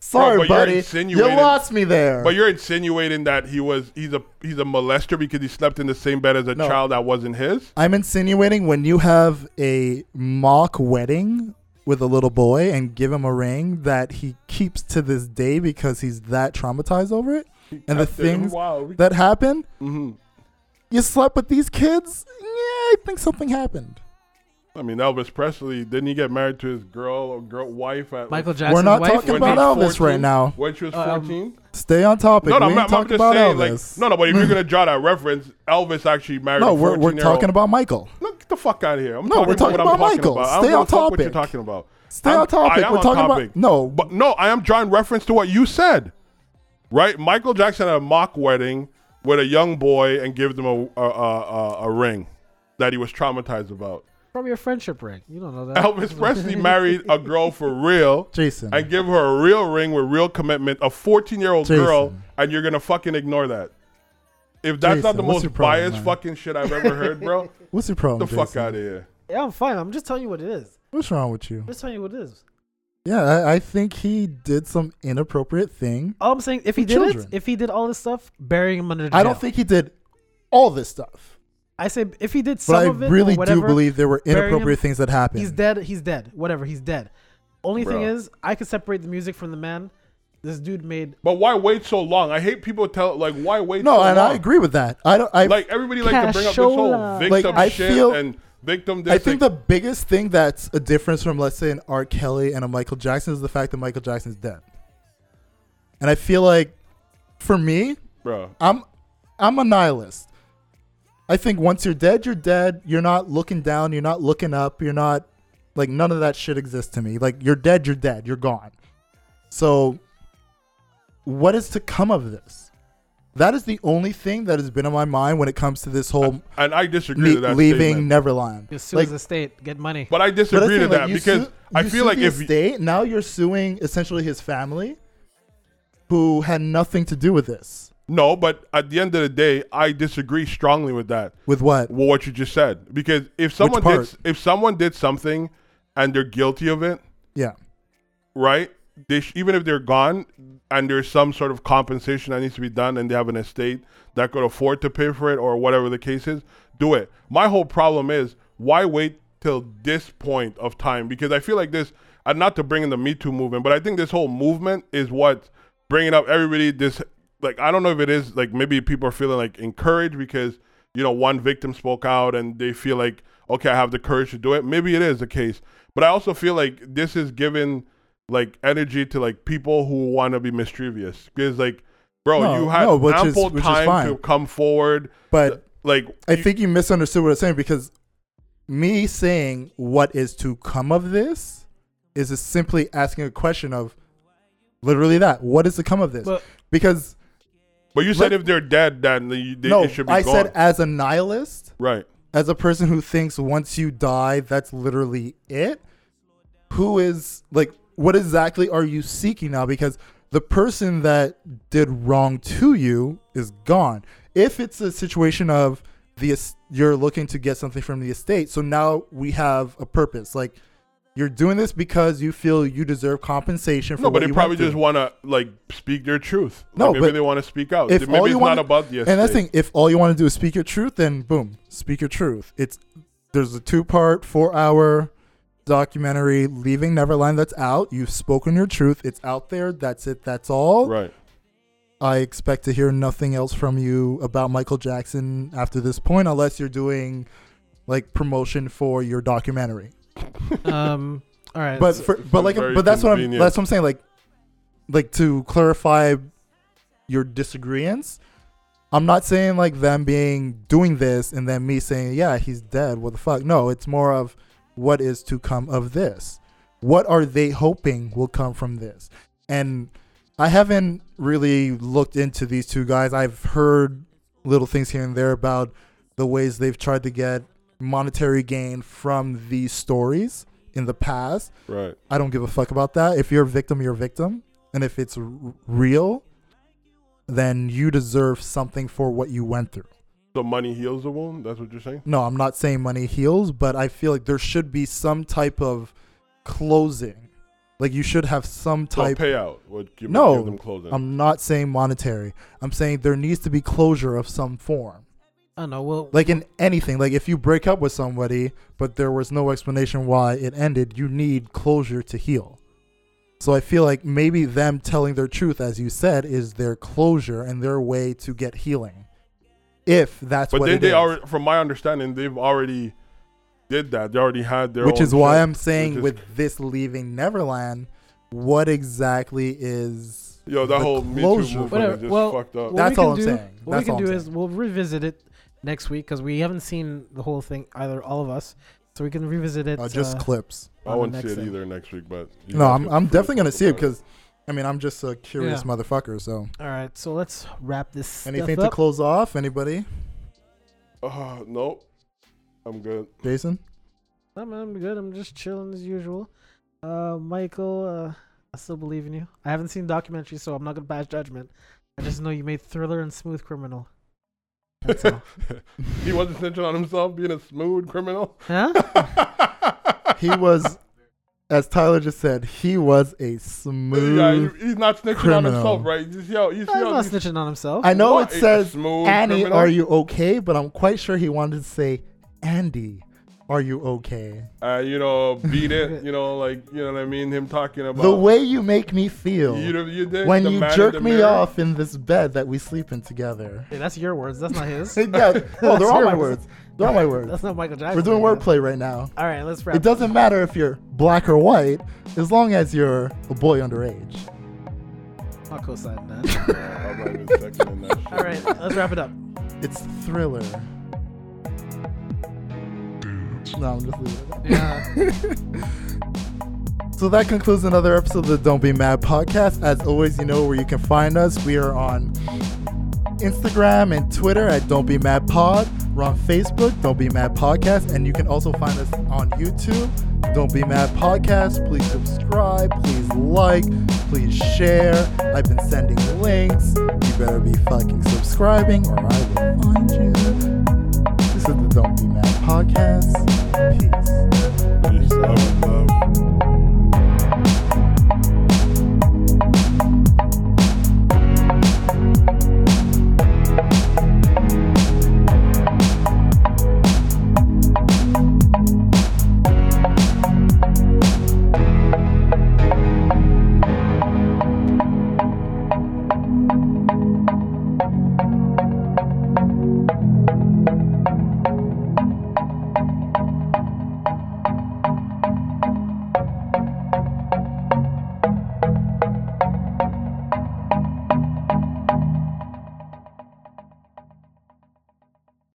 Speaker 1: Sorry,
Speaker 2: but you're
Speaker 1: buddy. You
Speaker 2: insinuating-
Speaker 1: lost me there.
Speaker 2: But you're insinuating that he was he's a he's a molester because he slept in the same bed as a
Speaker 1: No.
Speaker 2: child that wasn't his.
Speaker 1: I'm insinuating when you have a mock wedding with a little boy and give him a ring that he keeps to this day because he's that traumatized over it and the
Speaker 2: That's-
Speaker 1: things
Speaker 2: wow.
Speaker 1: that happen.
Speaker 2: Mhm.
Speaker 1: You slept with these kids? Yeah, I think something happened.
Speaker 2: I mean, Elvis Presley didn't he get married to his girl or girl wife at
Speaker 3: Michael
Speaker 2: like,
Speaker 3: Jackson's
Speaker 1: not
Speaker 3: wife.
Speaker 1: talking
Speaker 2: when
Speaker 3: was-
Speaker 1: about
Speaker 2: he's
Speaker 1: Elvis right
Speaker 2: 14?
Speaker 1: now.
Speaker 2: when she was
Speaker 3: Um,
Speaker 2: fourteen?
Speaker 1: Stay on topic.
Speaker 2: No, no,
Speaker 1: we ain't
Speaker 2: I'm not, I'm
Speaker 1: talking
Speaker 2: just
Speaker 1: about
Speaker 2: saying, like,
Speaker 1: Elvis.
Speaker 2: no, no. But if you're gonna draw that reference, Elvis actually married.
Speaker 1: No,
Speaker 2: a
Speaker 1: we're, we're
Speaker 2: 14-year-old.
Speaker 1: talking about Michael.
Speaker 2: Look get the fuck out of here. I'm
Speaker 1: No,
Speaker 2: talking
Speaker 1: we're talking
Speaker 2: about, what
Speaker 1: about
Speaker 2: I'm
Speaker 1: Michael.
Speaker 2: Talking about. I don't
Speaker 1: Stay
Speaker 2: give a
Speaker 1: on
Speaker 2: Fuck what you're
Speaker 1: topic.
Speaker 2: talking about.
Speaker 1: Stay
Speaker 2: I'm-
Speaker 1: on topic.
Speaker 2: I am
Speaker 1: We're
Speaker 2: on
Speaker 1: talking about-
Speaker 2: topic.
Speaker 1: no.
Speaker 2: but no, I am drawing reference to what you said. Right, Michael Jackson had a mock wedding with a young boy and gave him a a, a, a, a ring that he was traumatized about.
Speaker 3: from your friendship ring. You don't know that.
Speaker 2: Elvis Presley married a girl for real
Speaker 1: Jason.
Speaker 2: and give her a real ring with real commitment, a 14 year old girl,
Speaker 1: Jason.
Speaker 2: and you're gonna fucking ignore that. If that's not
Speaker 1: Jason,
Speaker 2: the
Speaker 1: what's your
Speaker 2: most
Speaker 1: problem,
Speaker 2: biased
Speaker 1: man?
Speaker 2: fucking shit I've ever heard, bro,
Speaker 1: What's your problem?
Speaker 2: the fuck
Speaker 1: Jason?
Speaker 2: out of here.
Speaker 3: yeah, I'm fine. I'm just telling you what it is.
Speaker 1: What's wrong with you?
Speaker 3: I'm just telling you what it is.
Speaker 1: Yeah, I, I think he did some inappropriate thing.
Speaker 3: All I'm saying, if he
Speaker 1: For
Speaker 3: did
Speaker 1: children.
Speaker 3: it, if he did all this stuff, burying him under. Jail.
Speaker 1: I don't think he did all this stuff,
Speaker 3: I say if he did
Speaker 1: but
Speaker 3: some
Speaker 1: I
Speaker 3: of it, or
Speaker 1: really do
Speaker 3: whatever,
Speaker 1: believe there were
Speaker 3: burying him,
Speaker 1: inappropriate things that happened.
Speaker 3: He's dead. He's dead. Whatever. He's dead. Only thing
Speaker 2: Bro.
Speaker 3: is, I could separate the music from the man. This dude made.
Speaker 2: But why wait so long? I hate people tell like why wait so
Speaker 1: No, and
Speaker 2: long.
Speaker 1: I agree with that. I don't. I,
Speaker 2: Like everybody like to bring up this whole
Speaker 3: Cashola.
Speaker 1: Like,
Speaker 2: victim
Speaker 1: I
Speaker 2: shit
Speaker 1: feel-
Speaker 2: and victim this.
Speaker 1: I think
Speaker 2: like,
Speaker 1: the biggest thing that's a difference from let's say an R. Kelly and a Michael Jackson is the fact that Michael Jackson's dead. And I feel like, for me,
Speaker 2: bro.
Speaker 1: I'm I'm a nihilist. I think once you're dead, you're dead. You're not looking down, you're not looking up, you're not like none of that shit exists to me. Like you're dead, you're dead, you're gone. So what is to come of this? That is the only thing that has been on my mind when it comes to this whole
Speaker 2: And I disagree
Speaker 1: me
Speaker 2: with that
Speaker 1: leaving
Speaker 2: statement.
Speaker 1: Neverland.
Speaker 3: As soon
Speaker 1: Like,
Speaker 3: as the state get money.
Speaker 2: but I
Speaker 1: but that's
Speaker 2: disagree
Speaker 1: the thing,
Speaker 2: with that
Speaker 1: like, you
Speaker 2: because
Speaker 1: sue-
Speaker 2: I
Speaker 1: you
Speaker 2: feel
Speaker 1: sue
Speaker 2: like
Speaker 1: the
Speaker 2: if
Speaker 1: estate, now you're suing essentially his family, who had nothing to do with this.
Speaker 2: no, but at the end of the day, I disagree strongly with that.
Speaker 1: With what?
Speaker 2: Well, what you just said because if someone
Speaker 1: part?
Speaker 2: did if someone did something and they're guilty of it,
Speaker 1: Yeah.
Speaker 2: right? They sh- even if they're gone and there's some sort of compensation that needs to be done and they have an estate that could afford to pay for it or whatever the case is, do it. My whole problem is why wait till this point of time? Because I feel like this, and not to bring in the Me Too movement, but I think this whole movement is what bringing up everybody this, like, I don't know if it is, like, maybe people are feeling like encouraged because, you know, one victim spoke out and they feel like, okay, I have the courage to do it. Maybe it is the case. But I also feel like this is giving like energy to like people who want to be mischievous because like bro
Speaker 1: No,
Speaker 2: you had
Speaker 1: no, which is-
Speaker 2: ample
Speaker 1: which is
Speaker 2: time to
Speaker 1: fine.
Speaker 2: come forward uh,
Speaker 1: But
Speaker 2: like
Speaker 1: I
Speaker 2: you-
Speaker 1: think you misunderstood what I was saying because me saying what is to come of this is just simply asking a question of literally that. What is to come of this?
Speaker 3: But-
Speaker 1: because
Speaker 2: but you said
Speaker 1: let-
Speaker 2: if they're dead then they, they,
Speaker 1: no,
Speaker 2: it should be
Speaker 1: I
Speaker 2: gone
Speaker 1: said as a nihilist,
Speaker 2: right
Speaker 1: as a person who thinks once you die, that's literally it. Who is like, what exactly are you seeking now? Because the person that did wrong to you is gone. If it's a situation of the es- you're looking to get something from the estate, so now we have a purpose. Like you're doing this because you feel you deserve compensation for
Speaker 2: no
Speaker 1: what
Speaker 2: but they
Speaker 1: you
Speaker 2: probably
Speaker 1: went through.
Speaker 2: just want to like speak their truth
Speaker 1: No,
Speaker 2: Like, maybe
Speaker 1: but
Speaker 2: they want to speak out
Speaker 1: if
Speaker 2: maybe
Speaker 1: all
Speaker 2: it's
Speaker 1: you
Speaker 2: not
Speaker 1: want
Speaker 2: about the
Speaker 1: and that's the
Speaker 2: estate.
Speaker 1: thing if all you want to do is speak your truth then boom speak your truth it's there's a two part four hour documentary leaving neverland that's out you've spoken your truth it's out there that's it that's all
Speaker 2: right
Speaker 1: i expect to hear nothing else from you about michael jackson after this point unless you're doing like promotion for your documentary
Speaker 3: um. All right.
Speaker 1: but
Speaker 3: so-
Speaker 1: for, but like
Speaker 2: very
Speaker 1: but that's what I'm
Speaker 2: convenient.
Speaker 1: that's what I'm saying like like to clarify your disagreements I'm not saying like them being doing this and then me saying yeah he's dead what the fuck no it's more of what is to come of this what are they hoping will come from this and I haven't really looked into these two guys I've heard little things here and there about the ways they've tried to get monetary gain from these stories in the past
Speaker 2: right
Speaker 1: I don't give a fuck about that. If you're a victim, you're a victim. And if it's r- real, then you deserve something for what you went through.
Speaker 2: so money heals the wound that's what you're saying
Speaker 1: No, I'm not saying money heals, but I feel like there should be some type of closing Like you should have some
Speaker 2: Well,
Speaker 1: type.
Speaker 2: payout would give,
Speaker 1: No,
Speaker 2: give them closing.
Speaker 1: I'm not saying monetary. I'm saying there needs to be closure of some form.
Speaker 3: I don't know. Well,
Speaker 1: Like in anything, like if you break up with somebody, but there was no explanation why it ended, you need closure to heal. So I feel like maybe them telling their truth, as you said, is their closure and their way to get healing. If that's
Speaker 2: but
Speaker 1: what
Speaker 2: then
Speaker 1: it is.
Speaker 2: they are, from my understanding, they've already did that. They already had their.
Speaker 1: which
Speaker 2: own
Speaker 1: is why
Speaker 2: shit,
Speaker 1: I'm saying
Speaker 2: which is-
Speaker 1: with this leaving Neverland, what exactly is
Speaker 2: yo that
Speaker 1: the
Speaker 2: whole Me Too
Speaker 1: closure?
Speaker 2: movement
Speaker 3: Whatever,
Speaker 2: is just
Speaker 3: well,
Speaker 2: fucked up.
Speaker 3: what
Speaker 1: That's
Speaker 3: we can
Speaker 1: all I'm
Speaker 3: do,
Speaker 1: saying.
Speaker 3: What
Speaker 1: That's
Speaker 3: we can
Speaker 1: all I'm
Speaker 3: do
Speaker 1: saying.
Speaker 3: is we'll revisit it next week because we haven't seen the whole thing either. All of us, so we can revisit it.
Speaker 1: uh, just
Speaker 3: uh,
Speaker 1: clips?
Speaker 2: I
Speaker 3: on the
Speaker 2: won't see
Speaker 3: next
Speaker 2: it
Speaker 3: thing.
Speaker 2: either next week, but you
Speaker 1: No,
Speaker 2: guys
Speaker 1: I'm
Speaker 2: can
Speaker 1: I'm
Speaker 2: feel
Speaker 1: definitely gonna see it
Speaker 2: about
Speaker 1: because, I mean, I'm just a curious
Speaker 3: Yeah.
Speaker 1: motherfucker. So
Speaker 3: All right, so let's wrap this.
Speaker 1: anything
Speaker 3: stuff
Speaker 1: to
Speaker 3: up.
Speaker 1: close off? Anybody?
Speaker 2: Uh, no, I'm good.
Speaker 1: Jason?
Speaker 3: I'm, I'm good. I'm just chilling as usual. Uh, Michael, uh, I still believe in you. I haven't seen documentaries, so I'm not gonna pass judgment. I just know you made Thriller and Smooth Criminal. That's all.
Speaker 2: he wasn't snitching on himself being a smooth criminal.
Speaker 3: Huh?
Speaker 1: He was, as Tyler just said, he was a smooth.
Speaker 2: Yeah, he- he's not snitching on
Speaker 1: criminal.
Speaker 2: himself, right? You see how you see
Speaker 3: I'm
Speaker 2: how
Speaker 3: not
Speaker 2: these-
Speaker 3: snitching on himself.
Speaker 1: I know
Speaker 2: What
Speaker 1: it
Speaker 2: a
Speaker 1: says
Speaker 2: smooth
Speaker 1: Annie,
Speaker 2: criminal.
Speaker 1: are you okay? But I'm quite sure he wanted to say Andy, are you okay?
Speaker 2: uh, you know, beat it, you know, like you know what I mean. Him talking about
Speaker 1: the way you make me feel.
Speaker 2: you, you did
Speaker 1: when
Speaker 2: the
Speaker 1: you
Speaker 2: man in
Speaker 1: jerk
Speaker 2: the
Speaker 1: me
Speaker 2: mirror.
Speaker 1: off in this bed that we sleep in together.
Speaker 3: Hey, that's your words. That's not his.
Speaker 1: Hey, yeah, oh, they're all
Speaker 3: your
Speaker 1: my
Speaker 3: words.
Speaker 1: words. They're all my words.
Speaker 3: that's not Michael Jackson.
Speaker 1: We're doing
Speaker 3: man.
Speaker 1: wordplay right now.
Speaker 3: All right, let's wrap.
Speaker 1: It doesn't matter if you're black or white, as long as you're a boy underage.
Speaker 3: I'll co-sign that.
Speaker 2: I'm not even seconding that shit.
Speaker 3: All right, let's wrap it up.
Speaker 1: It's thriller. No, I'm just leaving it.
Speaker 3: Yeah.
Speaker 1: So that concludes another episode of the Don't Be Mad podcast. As always, you know where you can find us. We are on Instagram and Twitter at Don't Be Mad Pod. We're on Facebook, Don't Be Mad Podcast. And you can also find us on YouTube, Don't Be Mad Podcast. Please subscribe, please like, please share. I've been sending links. You better be fucking subscribing or I will find you. This is the Don't Be Mad Podcast.